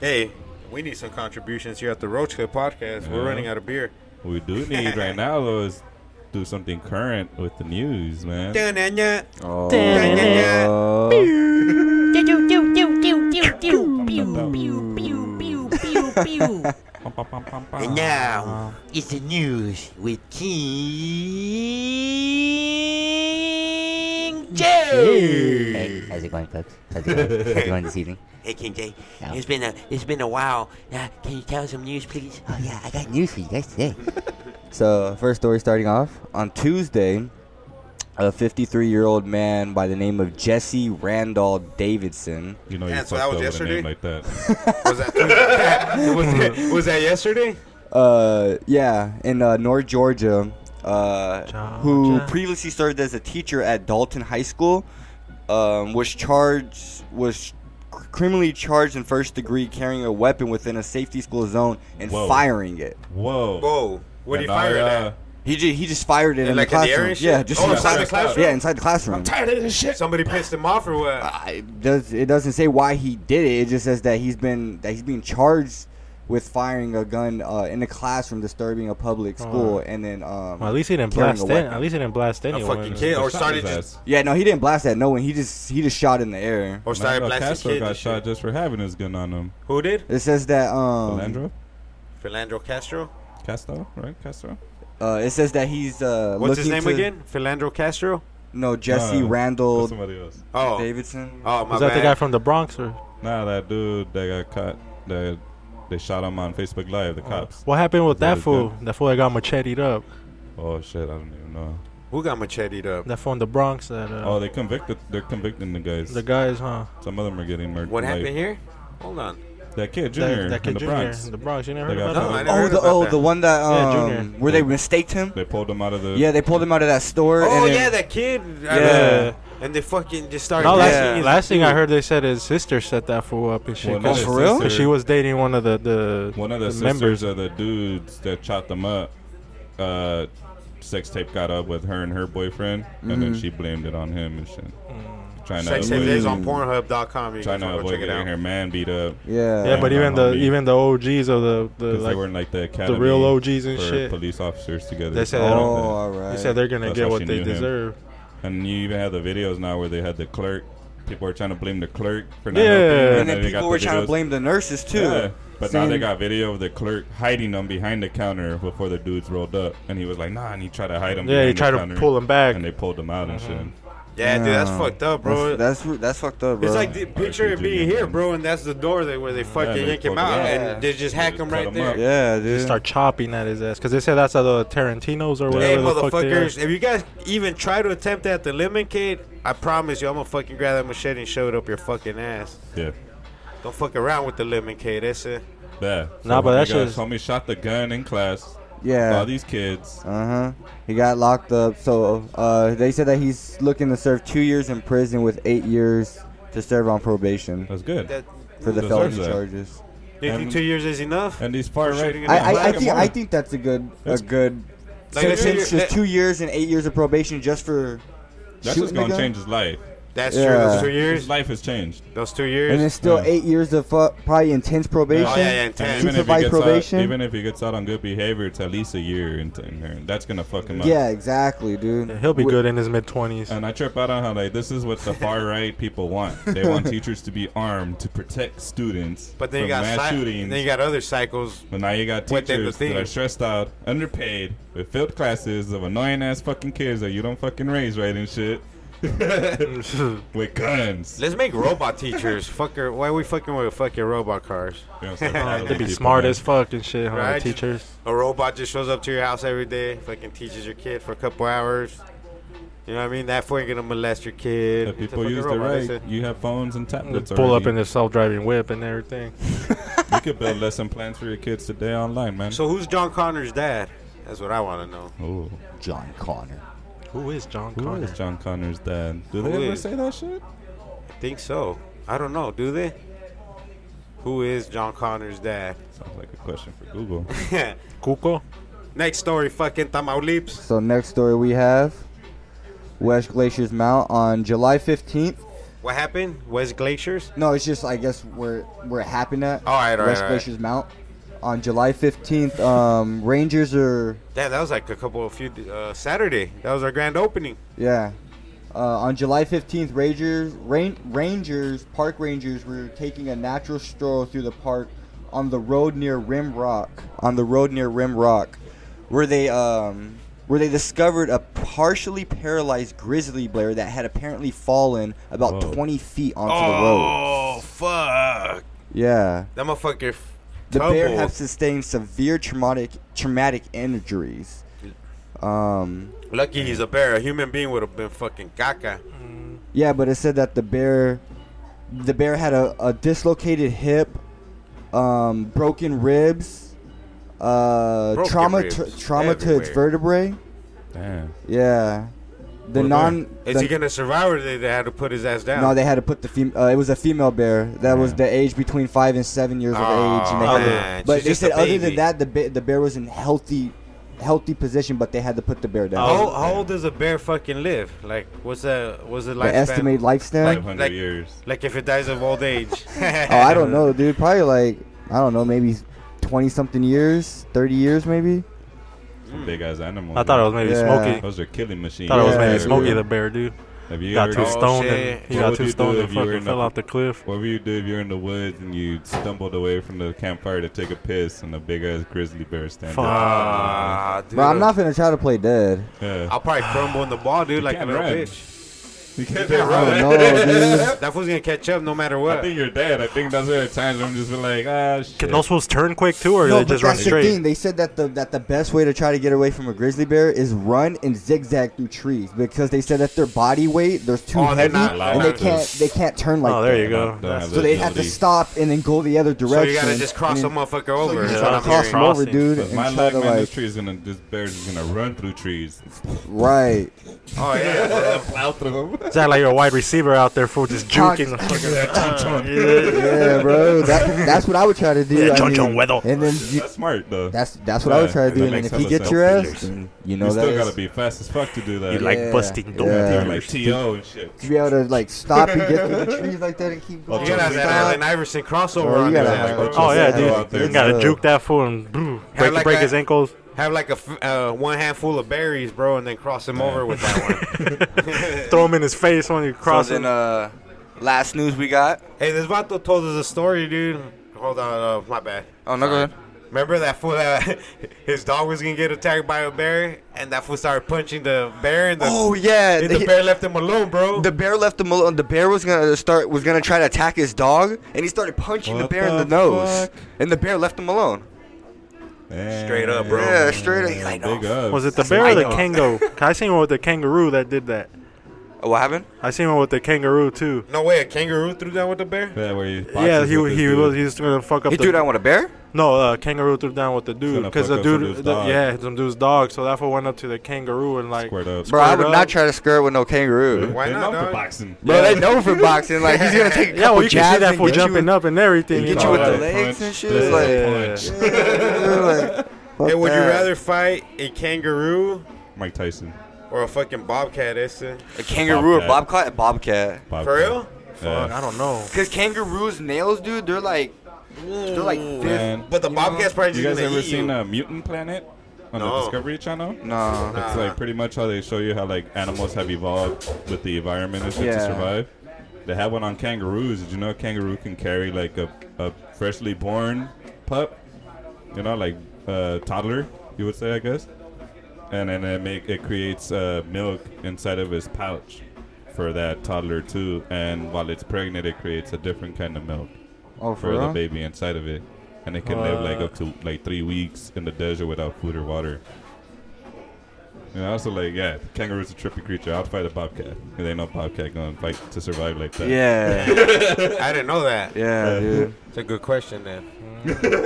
Hey, we need some contributions here at the Roach Clip Podcast. We're Yeah. running out of beer. What we do need right now though is do something current with the news, man. Dun-dun-dun. Oh. Oh. Dun-dun-dun. Bum, bum, bum, bum, bum. And now it's the news with King J. Hey, how's it going, folks? How's it going? How's it going this evening? Hey King J, Yeah. it's been a it's been a while. Uh, can you tell us some news, please? Oh yeah, I got news for you guys today. So, first story starting off on Tuesday, a 53 year old man by the name of Jesse Randall Davidson. You know you Yeah, fucked so that up was with a yesterday? name like that. Was that was, that, mm-hmm. was that yesterday? Uh, yeah, in uh, North Georgia, uh, who Georgia. previously served as a teacher at Dalton High School, um, was charged was cr- criminally charged in first degree carrying a weapon within a safety school zone and Whoa. firing it. Whoa. Whoa. What did he fire it uh, at? He ju- he just fired it in like the in the classroom. air and shit? Yeah, just Oh, in inside the classroom? Yeah, inside the classroom. Somebody pissed him off or Uh, what? I, does it doesn't say why he did it. It just says that he's been that he's being charged with firing a gun uh, in a classroom, disturbing a public school, and then um, Oh. Well, at least he didn't Carrying a blast. In, weapon. at least he didn't blast A anyone. fucking kid or started just just. yeah, no, he didn't blast at no one. He just he just shot in the air. or started Orlando blasting Castro kids. got and shot shit. just for having his gun on him. Who did? It says that um, Philandro? Philandro Castro. Castro, right? Castro? uh, it says that he's uh, What's his looking name to- again? Philandro Castro. No, Jesse Uh, Randall Somebody else. Oh, Davidson. oh my Was that bad. the guy from the Bronx or Nah, that dude that got caught, that they shot him on Facebook Live, the cops. Oh. what happened with that Yeah, fool? That fool that got macheted up. Oh shit, I don't even know. Who got macheted up? That fool in the Bronx. That uh, Oh, they convicted. They're convicting the guys. the guys, huh? Some of them are getting murdered. What happened Like, here? Hold on. That kid Junior That, that kid in the Junior Bronx. in the Bronx. You never They heard got No, about I that? never Oh, heard the about oh that. the one that Yeah, um, Junior. where they mistaked him. They pulled him out of the. Yeah, they pulled him out of that store. Oh and then- yeah, that kid. I Yeah. know. And they fucking just started. No, last, blasting Yeah. his last thing I heard, they said his sister set that fool up and shit. Well, 'cause Oh, his for real? she- 'cause sister- she was dating one of the the, one of the, sisters members. of the dudes that chopped them up. Uh, sex tape got up with her and her boyfriend, and then she blamed it on him and shit. Mm. Trying to Mm-hmm. Sex tape avoid, is on Pornhub.com. You trying can to go avoid check it getting out. her man beat up Yeah. yeah, but Yeah, even my the homie. even the OGs of the the because they were like in like the academy. the real OGs and for shit. Police officers together. They said Something that- Oh, like that. all right. They said they're gonna That's get how what she they knew him. deserve. uh, And you even have the videos now where they had the clerk. People are trying to blame the clerk for not Yeah. helping. and then they got people the were trying videos. to blame the nurses too. Yeah, but now they Same. got video of the clerk hiding them behind the counter before the dudes rolled up, and he was like, "Nah," and he tried to hide them. Yeah, he behind the tried to counter, pull him back. and they pulled them out and Mm-hmm. shit. Yeah, dude, that's Nah. fucked up, bro. That's that's, that's fucked up, bro. it's like the picture it RPG being here, game. bro, and that's the door that where they fucking they yank him pulled out, it out. and they just They hack just him cut right him there. up. yeah, dude. Start chopping at his ass because they said that's at the Tarantino's or whatever Hey, the fuck they are. motherfuckers, if you guys even try to attempt that to lemon kid, I promise you, I'm gonna fucking grab that machete and shove it up your fucking ass. Yeah, Don't fuck around with the lemon kid. That's it. yeah. Nah, but that homie got- shit's- homie shot the gun in class. Yeah. all these kids. Uh huh. He got locked up. So uh, they said that he's looking to serve two years in prison with eight years to serve on probation That's good. That for the Deserves felony that. charges. you think And- two years is enough? and these far right. Shooting it I, Yeah, I, I black think I think that's a good a That's- good Like, sentence. two year- Just two years and eight years of probation just for That's shooting just gonna the gun? change his life. That's Yeah. true. Those two His years. life has changed. Those two And years. it's still Yeah. eight years of uh, probably intense probation. Oh, yeah, yeah, intense. Six And Even to if, he five gets probation. Out, even if he gets out on good behavior, it's at least a year in, in there. That's gonna fuck him up. yeah, exactly, dude. Yeah, he'll be Wh- good in his mid twenties. And I trip out on how like this is what the far right people want. They want teachers to be armed to protect students. But then from you got mass cy- shootings. then you got other cycles. but now you got Within the teachers that thing. are stressed out, underpaid, with filled classes of annoying ass fucking kids that you don't fucking raise right and shit, with guns. Let's make robot teachers. Fucker, why we fucking with fucking robot cars? You know, it's like, They'd be smart man. as fuck and shit, huh? Right. Teachers. A robot just shows up to your house every day, fucking teaches your kid for a couple hours. You know what I mean? That fool ain't gonna molest your kid. If It's a people fucking use the robot, they right, say- you have phones and tablets. Pull up already. in their self-driving whip and everything. You could build lesson plans for your kids today online, man. So who's John Connor's dad? That's what I want to know. Ooh. John Connor. Who is John Who Connor? is John Connor's dad? Do Who they ever is? say that shit? I think so. I don't know. Do they? Who is John Connor's dad? Sounds like a question for Google. Cuco. Next story, fucking Tamaulipas. So next story we have West Glaciers Mount on July 15th. What happened? West Glaciers? No, it's just I guess where where it happened at. All right, all right, West all right. Glaciers Mount on July 15th. Um, Rangers are Damn, that was like a couple of few uh, Saturday. That was our grand opening. yeah. Uh, on July 15th, Rangers, Ran- Rangers, Park Rangers were taking a natural stroll through the park on the road near Rim Rock. On the road near Rim Rock, where they um, where they discovered a partially paralyzed grizzly bear that had apparently fallen about Whoa. 20 feet onto the road. Oh, fuck! Yeah. That motherfucker. f- The bear tumbled. had sustained severe traumatic traumatic injuries. Um, Lucky he's a bear. A human being would have been fucking caca. yeah, but it said that the bear, the bear had a, a dislocated hip, um, broken ribs, uh, Broken trauma ribs to, trauma to its everywhere. vertebrae. Damn. Yeah, the Poor non. bear. Is the- he gonna survive or they, they had to put his ass down? no, they had to put the fem- uh, It was a female bear that was Yeah. the age between five and seven years Aw, of age. And they had to- Oh, man, but she's they just a said other baby. than that, the ba- the bear was in healthy, healthy position, but they had to put the bear down. How, how old does a bear fucking live? Like, what's the what's the lifespan? the estimated lifespan. Like- 500 like- years. Like if it dies of old age. oh, I don't know, dude. Probably like I don't know, maybe twenty something years, thirty years, maybe. Big ass animal. mm. I thought it was maybe Yeah. Smokey. Those are killing machines. Thought it was Yeah, maybe dude. Smokey the Bear, dude. Have you He got ever? too Oh, stoned shit. and he What got would too you stoned do and if you were fucking in fell the- off the cliff. What would you do if you're in the woods and you stumbled away from the campfire to take a piss and a big ass grizzly bear stands up? Ah, dude. Bro, I'm not gonna try to play dead. Yeah. I'll probably crumble in the ball, dude, like a can't little run. bitch. You can't I run. don't know, dude. That fool's gonna catch up no matter I what. think you're dead. I think that's the times I'm just been like, ah, shit. Can those fools turn quick too, or No, Oh, they but just run that's the straight? thing. They said that the that the best way to try to get away from a grizzly bear is run and zigzag through trees because they said that their body weight they're too Oh, they're heavy not and they allowed to. can't they can't turn like oh, there you that. go. Don't have So they that have to ability. stop and then go the other So direction. you gotta just cross and a then- motherfucker over. So you is just what gotta I'm cross them hearing. over, Crossing. dude, But and my try luck, to man, like this tree is gonna, this bear is gonna run through trees. right. Oh yeah. bro. Plow through them. Is that like a wide receiver out there, fool, just Cock- juking the fucking? Yeah, bro. That, that's what I would try to do. Yeah, I John mean, John Weddle. And then you, That's smart though. that's that's what I would Yeah, try to that do. And then makes if you hella get sense. your ass, then you know you still that gotta is- be fast as fuck to do that. You like Yeah, busting dope yeah. They're dealers. like to and shit. to be able to like stop and get through the trees like that and keep going. You gotta have that Allen Iverson crossover Oh, on you his gotta ass. have- bro. Oh yeah, Yeah, dude. out there. You gotta It's, uh, juke that fool and bro, break, like break a- his ankles. Have like a f- uh, one handful of berries, bro, and then cross him over with that one. Throw him in his face when you cross him. uh, last news we got. hey, this vato told us a story, dude. Hold on, uh, my bad. Oh no, go ahead. Remember that fool that his dog was gonna get attacked by a bear, and that fool started punching the bear, and the, Oh yeah, and the he- bear left him alone, bro. The bear left him alone. The bear was gonna start was gonna try to attack his dog, and he started punching the What bear in the the nose. fuck? And the bear left him alone. Straight up, bro. Yeah, straight up. He's like, Big no. up. Was it the bear or the kangaroo? 'Cause I seen one with the kangaroo that did that. Oh, What happened? I seen one with the kangaroo too. no way, a kangaroo threw down with the bear. Yeah, where he yeah, boxes he with this he dude. was he was gonna fuck up. He the, threw down with a bear. No, uh, kangaroo threw down with the dude gonna because fuck the up some dude, dude's the- dog. yeah, some dude's dog. So that fool went up to the kangaroo and like squared up. Bro, I would up. not try to skirt with no kangaroo. Why They're not, known dog? for boxing. Bro, they know for boxing. Like he's gonna take a couple Yeah, well, you can jabs see that and fool get you jumping in- up and everything. get you you know? with the Yeah, legs punch. and shit. That's like, a Yeah. punch. like, fuck Hey, would you that. rather fight a kangaroo Mike Tyson. Or a fucking bobcat, that's it. A kangaroo or Bobcat. bobcat? Bobcat. For real? Fuck, I don't know. Cause kangaroos' nails, dude, they're like, they're like this. Man, Mm. But the bobcat's probably you just guys gonna ever eat seen you. uh, Mutant Planet on No. the Discovery Channel? No. It's like pretty much how they show you how like animals have evolved with the environment and shit to Yeah. survive. They have one on kangaroos. Did you know a kangaroo can carry like a, a freshly born pup? You know, like uh, toddler, you would say, I guess. And then it make it creates uh, milk inside of his pouch for that toddler too. And while it's pregnant, it creates a different kind of milk Oh, for for the real? baby inside of it, and it can live like up to like three weeks in the desert without food or water. And also, like, yeah, kangaroo's a trippy creature. I'll fight a bobcat. There ain't no bobcat going to fight to survive like that. Yeah. I didn't know that. Yeah, dude. It's a good question then.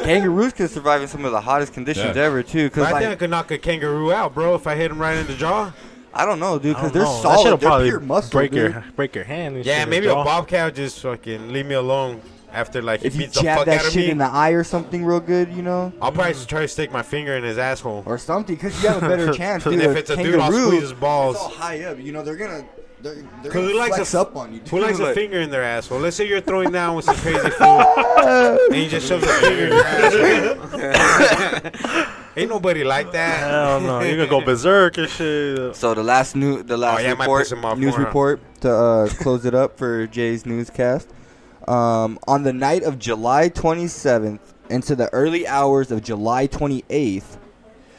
Kangaroos can survive in some of the hottest conditions Yeah. ever too. Cause I think I like, could knock a kangaroo out, bro, if I hit him right in the jaw. I don't know, dude. I Cause don't they're know. That shit'll solid. They're pure muscle, break dude. your break your hand. And Yeah, shit, maybe your a jaw. bobcat would just fucking leave me alone after like he If you beats the fuck jab out that of shit me. in the eye or something real good, you know, I'll probably just try to stick my finger in his asshole. or something, because you have a better chance, dude. And if it's a dude, I'll kangaroo, squeeze his It's all balls. high up. You know, they're gonna they're, they're Cause gonna who likes flex a- up on you. Who dude. likes a Like- finger in their asshole? Let's say you're throwing down with some crazy fool, and he just shoves a finger in your asshole. Ain't nobody like that. Hell no, you gonna go berserk and shit. So the last new, the last Oh, yeah, I might report, piss him off news more, huh? report to uh, close it up for Jay's newscast. Um, on the night of July 27th into the early hours of July 28th,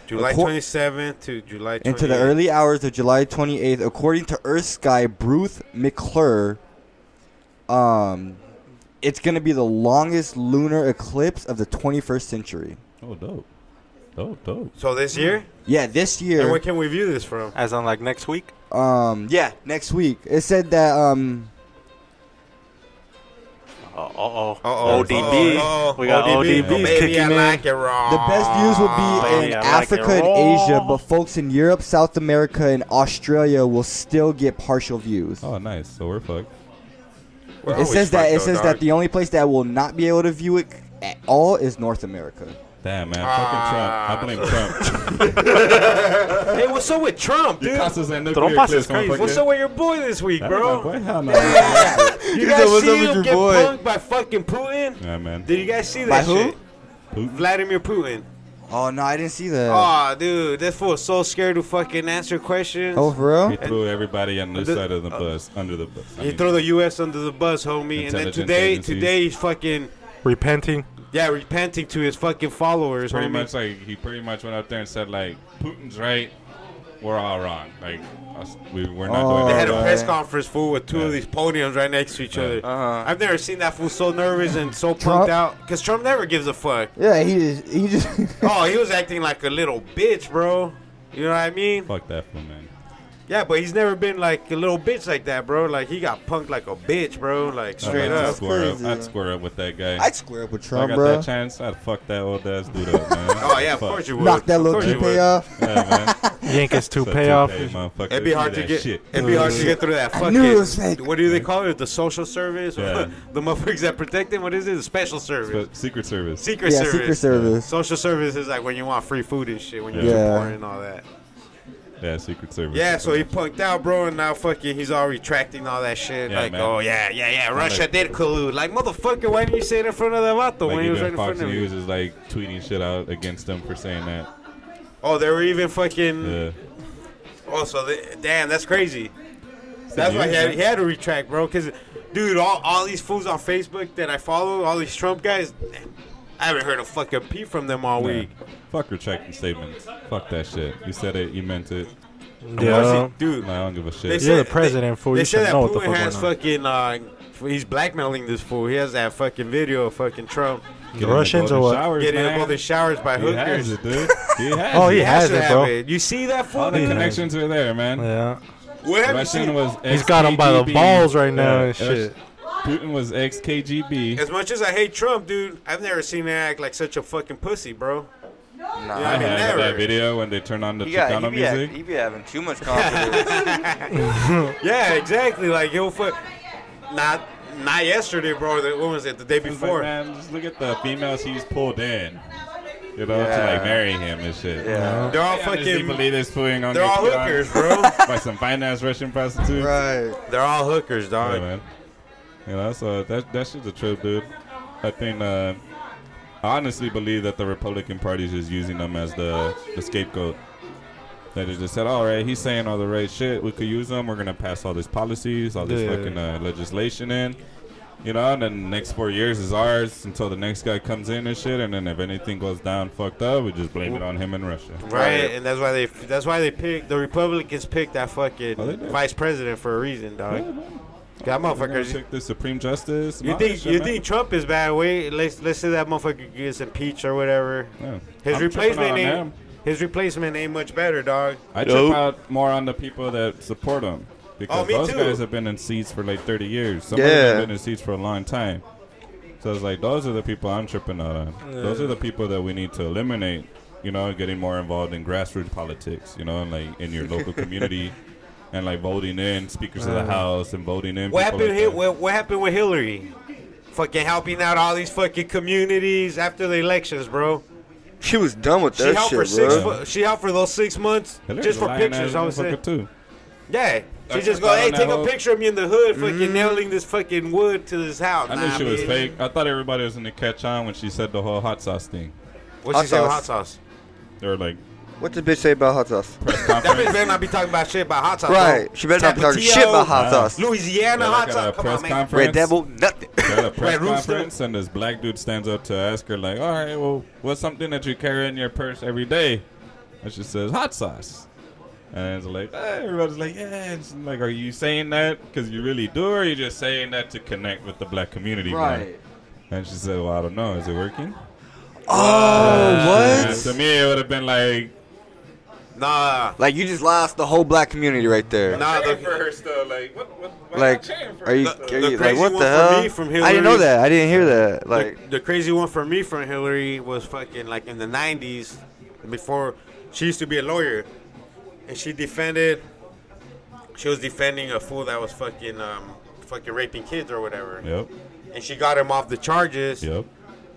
July Acor- 27th to July 28th. into the early hours of July 28th, according to Earth Sky, Bruce McClure, um, it's going to be the longest lunar eclipse of the 21st century. Oh, dope. Dope, dope. So this year? Yeah, this And where year. can we view this from? As on like next week. Um, yeah, next week. It said that um, Uh oh. Uh-oh. ODB. Uh-oh. We got ODBs Oh, baby, kicking I in. like it raw. the best views will Ah, be in Yeah, I like it Africa and raw. Asia, but folks in Europe, South America, and Australia will still get partial views. Oh, nice. So we're fucked. We're It always says that fucked it though, says dog. that the only place that will not be able to view it at all is North America. Damn, man. Ah. Fucking Trump. I blame Trump. Hey, what's up with Trump, dude? Cost us that nuclear Trump is eclipse, crazy. motherfucker. What's up with your boy this week, That ain't my bro? boy. Hell no. yeah, You said, guys "What's up see with him your get boy?" punked by fucking Putin? man. Did you guys see that By who? shit? Putin? Vladimir Putin. Oh no, I didn't see that. Aw, dude, this fool is so scared to fucking answer questions. Oh, for He real? threw everybody on this The- side of the bus, under the bus. I uh, He mean, threw the U.S. under the bus, homie, and then Intelligence today, agencies. today he's fucking Repenting. yeah repenting to his fucking followers, pretty homie. much like he pretty much went out there and said like Putin's right, we're all wrong. Like us, we we're not Oh, doing They had it a right. press conference fool with two of Yeah. these podiums right next to each other. Uh-huh. I've never seen that fool so nervous and so Trump? pumped out because Trump never gives a fuck. Yeah, he just he just. Oh, he was acting like a little bitch, bro. You know what I mean? Fuck that fool, man. Yeah, but he's never been like a little bitch like that, bro. Like he got punked like a bitch, bro. Like straight I'd like to up. square crazy. up. I'd square up with that guy. I'd square up with if I Trump, got bro. that chance, I'd fuck that old ass dude up, man. Oh yeah, of Fuck. course you would. Knock that little Of course you toupee would. off. Yeah, man. Yankees two So payoff. today, motherfucker, It'd be do hard to that get. Shit. It'd be hard to get through that. Fucking, knew it was fake. What do they call it? The social service? Yeah. the motherfuckers that protect them? What is it? The special service? But Secret Service. secret Yeah, service. Secret Service. Social service is like when you want free food and shit when you're Yeah. poor and all that. Yeah, Secret Service. Yeah, so he punked out, bro, and now fucking he's all retracting all that shit. Yeah, like, man. oh yeah, yeah, yeah, Russia like- did collude. Like, motherfucker, why didn't you say it in front of the vato Like when he was even right in Fox front of News you? is like tweeting shit out against them for saying that. Oh, they were even fucking. Yeah. Oh, so they, damn, that's crazy. That's why he news, had, man. he had to retract, bro. Cause, dude, all, all these fools on Facebook that I follow, all these Trump guys, I haven't heard a fucking peep from them all Yeah. week. Fuck retracting statements. Fuck that shit. You said it. You meant it. Honestly, Yeah. dude, No, I don't give a shit. They You're said- the president, fool. They You said should that know what the Putin fuck has going on. fucking. Uh, he's blackmailing this fool. He has that fucking video of fucking Trump Get in Russians or golden what? Showers, getting man. him all the showers by He has hookers. it, dude. He has Oh, it. he has should it, have bro. You see that fool? All the Yeah. connections are there, man. Yeah. What have you Russian seen? was He's got him by the XKGB. balls right now and Yeah, shit. Putin was ex KGB. As much as I hate Trump, dude, I've never seen him act like such a fucking pussy, bro. Nah, Yeah, I I mean, had never. that video when they turned on the he got Chicano he be, ha- music. he be having too much confidence. Yeah, exactly. Like he'll fuck. Not not yesterday, bro. The, what was it? The day It's like, before. man, just look at the females he's pulled in. you know, to Yeah. like marry him and shit. Yeah. They're all I honestly fucking. believe this fooling on They're all hookers, bro. by some fine ass Russian prostitute. Right. They're all hookers, Yeah, dog. man. You know, so that that shit's a trip, dude. I think uh, I honestly believe that the Republican Party is just using them as the the scapegoat. That they just said, all right, he's saying all the right shit. We could use him. We're gonna pass all these policies, all this Yeah. fucking uh, legislation in. You know, and then the next four years is ours until the next guy comes in and shit. And then if anything goes down fucked up, we just blame it on him and Russia. Right, and that's why they that's why they picked the Republicans picked that fucking Oh, they did. vice president for a reason, dog. That We're gonna motherfucker. take the Supreme Justice. and You all that think shit, you man. think Trump is bad? Wait, let's let's say that motherfucker gets impeached or whatever. Yeah. His I'm tripping replacement on ain't him. his replacement ain't much better, dog. I Nope. trip out more on the people that support him because Oh, me those too. guys have been in seats for like 30 years. Some of them Yeah. have been in seats for a long time. So it's like those are the people I'm tripping out on. Those are the people that we need to eliminate. You know, getting more involved in grassroots politics. You know, and like in your local community, and like voting in speakers of the house and voting in. What people happened like here? that. What, what happened with Hillary? Fucking helping out all these fucking communities after the elections, bro. She was done with She that helped shit, for bro. six. Fu- she helped for those six months Hillary's just a for lying pictures. ass I was saying, motherfucker, too. yeah. She That's just what go, I hey, thought take a now. picture of me in the hood, fucking nailing this fucking wood to this house. Mm-hmm. I knew Nah, she was bitch. fake. I thought everybody was gonna catch on when she said the whole hot sauce thing. What she Hot say? with sauce. Hot sauce. They were like What the bitch say about hot sauce? press That bitch conference. better not be talking about shit about hot sauce. Right. bro. She better not be talking Tapatio, shit about hot Wow. sauce. Louisiana They're hot like at sauce. a Come press on, man. conference. Red Devil, nothing. They're at a press Red Rooster. conference, and this black dude stands up to ask her, like, all right, well, what's something that you carry in your purse every day? And she says, hot sauce. And it's like, eh, everybody's like, yeah. It's like, are you saying that because you really do, or are you just saying that to connect with the black community? man?" Right. And she said, well, I don't know. Is it working? oh, And what? to me, it would have been like, Nah. Like you just lost the whole black community right there. Nah, "Cheering the- for her still. Like, what? what why like, not cheering for are you, her are still?" the you like crazy what one the for hell? me from I didn't know Hillary's- that. I didn't hear that. Like, the, the crazy one for me from Hillary was fucking like in the 90s before she used to be a lawyer and she defended she was defending a fool that was fucking um fucking raping kids or whatever Yep. and she got him off the charges Yep.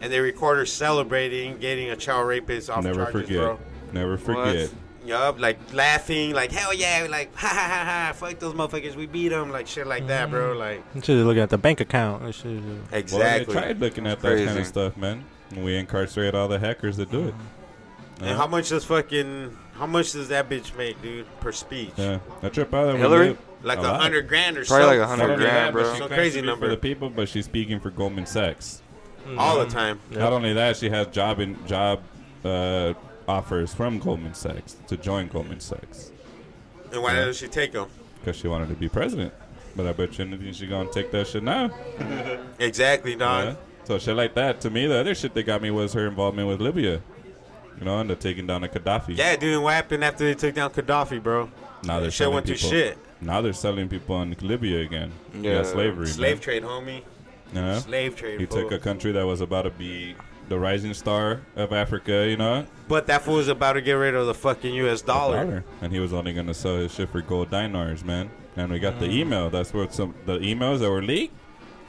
and they record her celebrating getting a child rapist off Never charges forget. bro Never forget. Yup, like laughing, like hell yeah, like ha ha ha ha, fuck those motherfuckers, we beat them, like shit like that, Mm. bro, like She's looking at the bank account. and shit. exactly. Well, they tried looking at that Crazy. kind of stuff, man. And we incarcerate all the hackers that do it. And how much does fucking how much does that bitch make, dude, per speech? Yeah, I trip out. that we Hillary? live Like a lot. hundred grand or something. Probably like a Not hundred only grand, that, but bro. she So claims to crazy be number. for the people, but she's speaking for Goldman Sachs. all the time. Not only that, she has job and job uh, offers from Goldman Sachs to join Goldman Sachs And why does she take them? because she wanted to be president. But I bet you anything she gonna take that shit now. Exactly, dog. Yeah. So shit like that. To me, the other shit that got me was her involvement with Libya. You know, and the taking down the Gaddafi. Yeah, dude. and What happened after they took down Gaddafi, bro? Now they're Shit selling went to people. shit. Now they're selling people in Libya again. Yeah, Yeah. slavery. Slave man. trade, homie. You know? Slave trade. He took fool. a country that was about to be the rising star of Africa. You know, but that fool was about to get rid of the fucking U.S. dollar. and he was only gonna sell his shit for gold dinars, man. And we got the Mm. email. That's what some the emails that were leaked.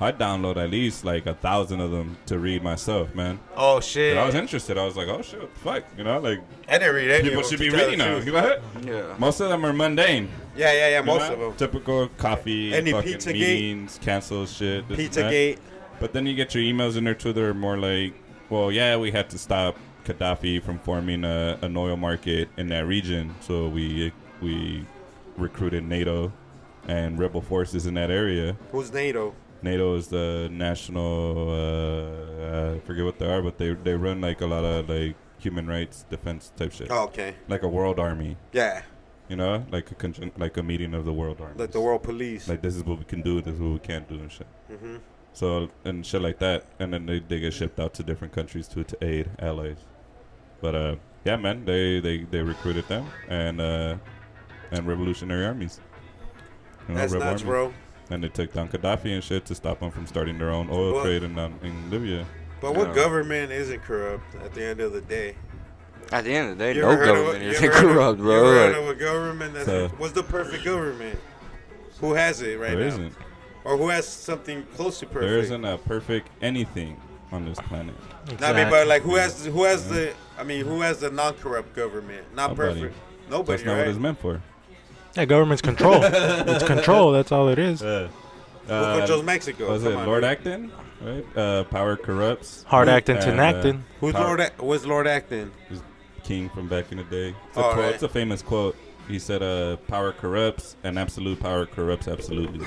I download at least like a thousand of them to read myself, man. Oh shit! And I was interested. I was like, oh shit, what the fuck, you know, like I didn't read any. people of them, to should be tell the reading them. truth. You know what? yeah. Most of them are mundane. Yeah, yeah, yeah. you Most know? of them. Typical coffee, Any fucking Pizzagate. meetings, cancel shit, this and that. Pizzagate. But then you get your emails in there too that are more like, well, yeah, we had to stop Gaddafi from forming a, an oil market in that region, so we we recruited NATO and rebel forces in that area. Who's NATO? NATO is the national, uh, I forget what they are, but they they run like a lot of like human rights defense type shit, Oh, okay. like a world army, Yeah. you know, like a conjun- like a meeting of the world army. Like the world police. Mm-hmm. Like this is what we can do, this is what we can't do, and shit. So and shit like that, and then they, they get shipped out to different countries to to aid allies. But uh, yeah, man, they they, they recruited them and uh, and revolutionary armies. You know, That's rebel nuts, army. bro. And they took down Gaddafi and shit to stop them from starting their own oil Well- trade in um, in Libya. But what government isn't corrupt at the end of the day? At the end of the day, You no ever heard of- government you is ever heard of- corrupt, You ever bro. heard of Like, a government that's So- what's the perfect government? Who has it right There now, isn't or who has something close to perfect? there isn't a perfect anything. on this planet. Exactly. I mean, but like, who has who has the? I mean, who has the non-corrupt government? Not Nobody. perfect. Nobody, That's not what right? it's meant for. yeah, government's control. it's control. That's all it is. Uh, Who um, uh, controls Mexico? was Come it on, Lord dude. Acton? Right? Uh, power corrupts. Hard acting to And, uh, acting. Who's Power- Lord? Ac- was Lord Acton? King from back in the day. It's a, All quote, right. it's a famous quote. He said, uh, "Power corrupts, and absolute power corrupts absolutely."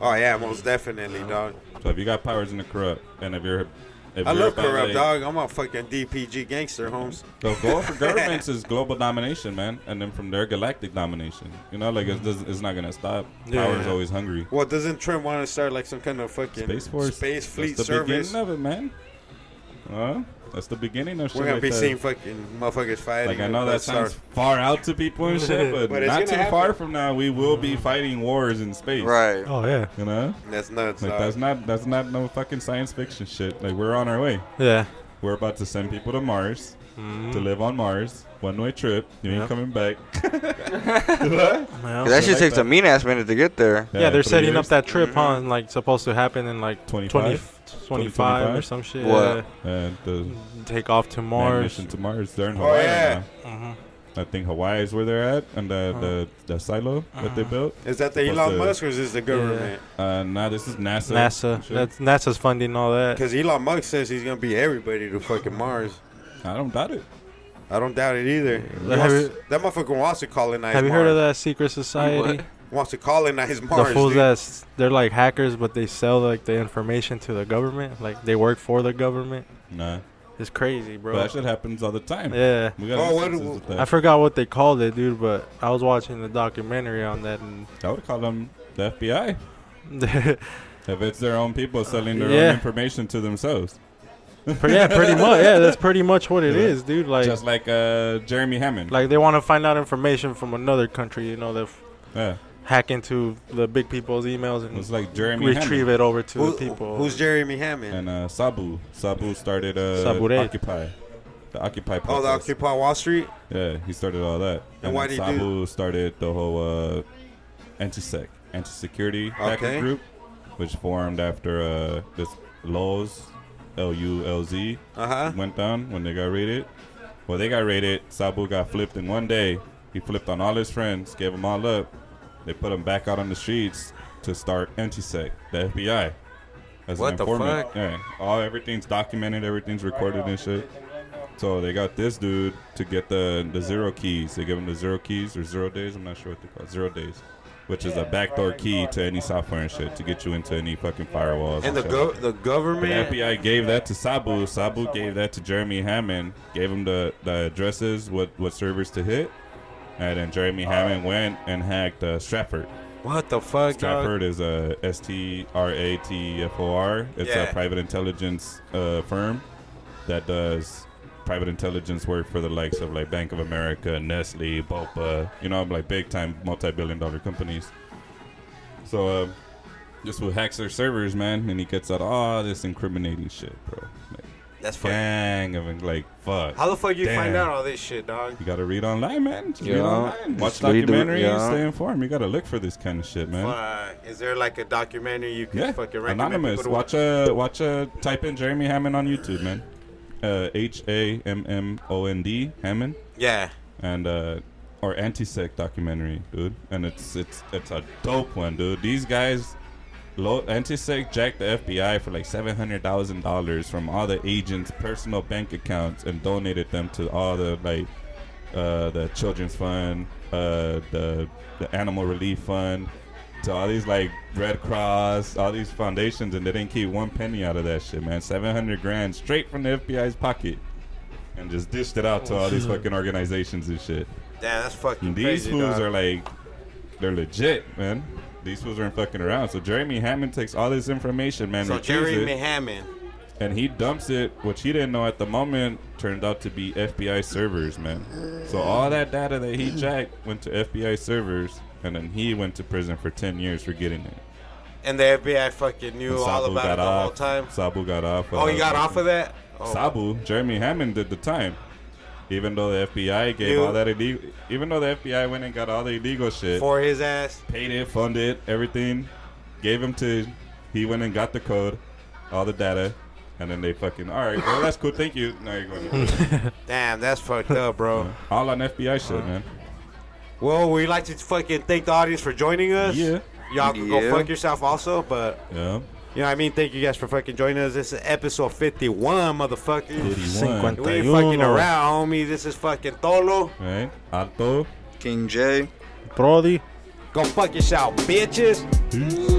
Oh yeah, most definitely, dog. so if you got powers in the corrupt, and if you're, if I you're love about, corrupt, like- dog. I'm a fucking DPG gangster, Holmes. The goal for governments is global domination, man, and then from there, galactic domination. You know, like it's, Mm-hmm. just- it's not gonna stop. Yeah, Power's yeah. always hungry. Well, doesn't Trump want to start like some kind of fucking Space Force, space fleet that's the service? beginning of it, man. Uh, that's the beginning of shit. We're gonna like be that. seeing fucking motherfuckers fighting. Like I know and that sounds far out to people and shit, but, But it's not gonna too happen. Mm-hmm. far from now, we will be fighting wars in space. Right. Oh yeah, You know. That's nuts. Like dog. that's not that's not no fucking science fiction shit. Like we're on our way. yeah. We're about to send people to Mars Mhm. to live on Mars. One way trip. You ain't Yeah. coming back. Oh, Well, 'Cause that I shit like takes a that. mean ass minute to get there. Uh, yeah, they're setting up that trip, Mhm. huh? And, like supposed to happen in like 20, 25? 25 or some shit. What? Uh, the Yeah. Take off to manned Mars. mission to Mars. They're in Oh, Hawaii yeah. Mhm. now. I think Hawaii is where they're at, and the Uh-huh. the, the silo that they built. Is that the Supposed Elon to- Musk or is this the government? Uh, nah, this is NASA. NASA. Shit. That's NASA's funding all that. Because Elon Musk says he's gonna be everybody to fucking Mars. I don't doubt it. I don't doubt it either. He Have wants- you- that motherfucker wants to colonize. Have you Mars. heard of that secret society? Wants to colonize The Mars. fools dude. that's they're like hackers, but they sell like the information to the government. Like they work for the government. Nah, It's crazy, bro. but that shit happens all the time. yeah. We got Oh, what- instances with that. I forgot what they called it, dude, but I was watching the documentary on that and I would call them the FBI yeah, if it's their own people selling their Uh, Yeah. own information to themselves. pretty much. Yeah, that's pretty much what it Yeah. is, dude. Like just like uh, Jeremy Hammond. like they want to find out information from another country, you know, they f- yeah, hack into the big people's emails and it's like Jeremy retrieve Hammond it over to Who- the people. Who's Jeremy Hammond? and uh, Sabu. Sabu started uh, Sabure. Occupy, the Occupy. oh, the protest. Occupy Wall Street. Yeah, he started all that. And why then did he do- Sabu started the whole uh, anti-sec, anti-security Okay. hacker group, which formed after uh, this Lulz, L U L Z, Uh huh. went down when they got raided. Well, they got raided. Sabu got flipped in one day. He flipped on all his friends, gave them all up. They put him back out on the streets to start anti-sec, the FBI. As What an the informant. fuck? Yeah. All everything's documented, everything's recorded and shit. So they got this dude to get the the zero keys. They give him the zero keys or zero days. I'm not sure what they call it. zero days, which is a backdoor key to any software and shit to get you into any fucking firewalls. And the shit. go- the The government. FBI gave that to Sabu. Sabu gave that to Jeremy Hammond. Gave him the, the addresses, what what servers to hit, and then Jeremy Hammond went and hacked uh, Stratford. What the fuck, dog? Stratford is a S T R A T F O R. It's Yeah. a private intelligence uh, firm that does private intelligence work for the likes of like Bank of America, Nestle, Bopa. You know, like big time multi billion dollar companies. So. Uh, this will hacks their servers, man, and he gets out all this incriminating shit, bro. Like, That's fucking. gang of it, like fuck. How the fuck you Damn. find out all this shit, dog? you gotta read online, man. Just read Yeah. online. Watch Just read the- documentaries. yeah. Stay informed. You gotta look for this kind of shit, man. Fuck. Is there like a documentary you can Yeah, fucking recommend anonymous. people to watch? Watch a watch a type in Jeremy Hammond on YouTube, man. Uh, H A M M O N D Hammond Yeah. and uh, or anti-sec documentary, dude. And it's it's it's a dope one, dude. These guys, low, anti-sec jacked the FBI for like seven hundred thousand dollars from all the agents' personal bank accounts and donated them to all the like uh, the children's fund, uh, the the animal relief fund. To all these like Red Cross, all these foundations, and they didn't keep one penny out of that shit, man. Seven hundred grand straight from the FBI's pocket, and just dished it out to all these fucking organizations and shit. Damn, that's fucking. And these Oh, crazy, fools dog. are like, they're legit, man. These fools aren't fucking around. So Jeremy Hammond takes all this information, man, So retrieves Jeremy it, Hammond. and he dumps it, which he didn't know at the moment turned out to be FBI servers, man. So all that data that he jacked went to FBI servers, and then he went to prison for ten years for getting it. And the FBI fucking knew And all Sabu about it got the off. whole time. Sabu got off. Oh, he without got fucking- off of that? Oh. Sabu, Jeremy Hammond did the time. Even though the FBI gave Dude. all that illegal, even though the FBI went and got all the illegal shit, For his ass. paid it, funded it, everything, gave him to, he went and got the code, all the data, And then they fucking, all right, well, that's cool. Thank you. Now you're going to Damn, that's fucked up, bro. All on FBI shit, man. Well, we like to fucking thank the audience for joining us. Yeah. Y'all can Yeah. go fuck yourself also, but Yeah. you know what I mean? Thank you guys for fucking joining us. This is episode 51, motherfucker. 51. We ain't fucking around, homie. This is fucking Tolo. Right? Alto. King J. Brody. Go fuck yourself, bitches. Peace.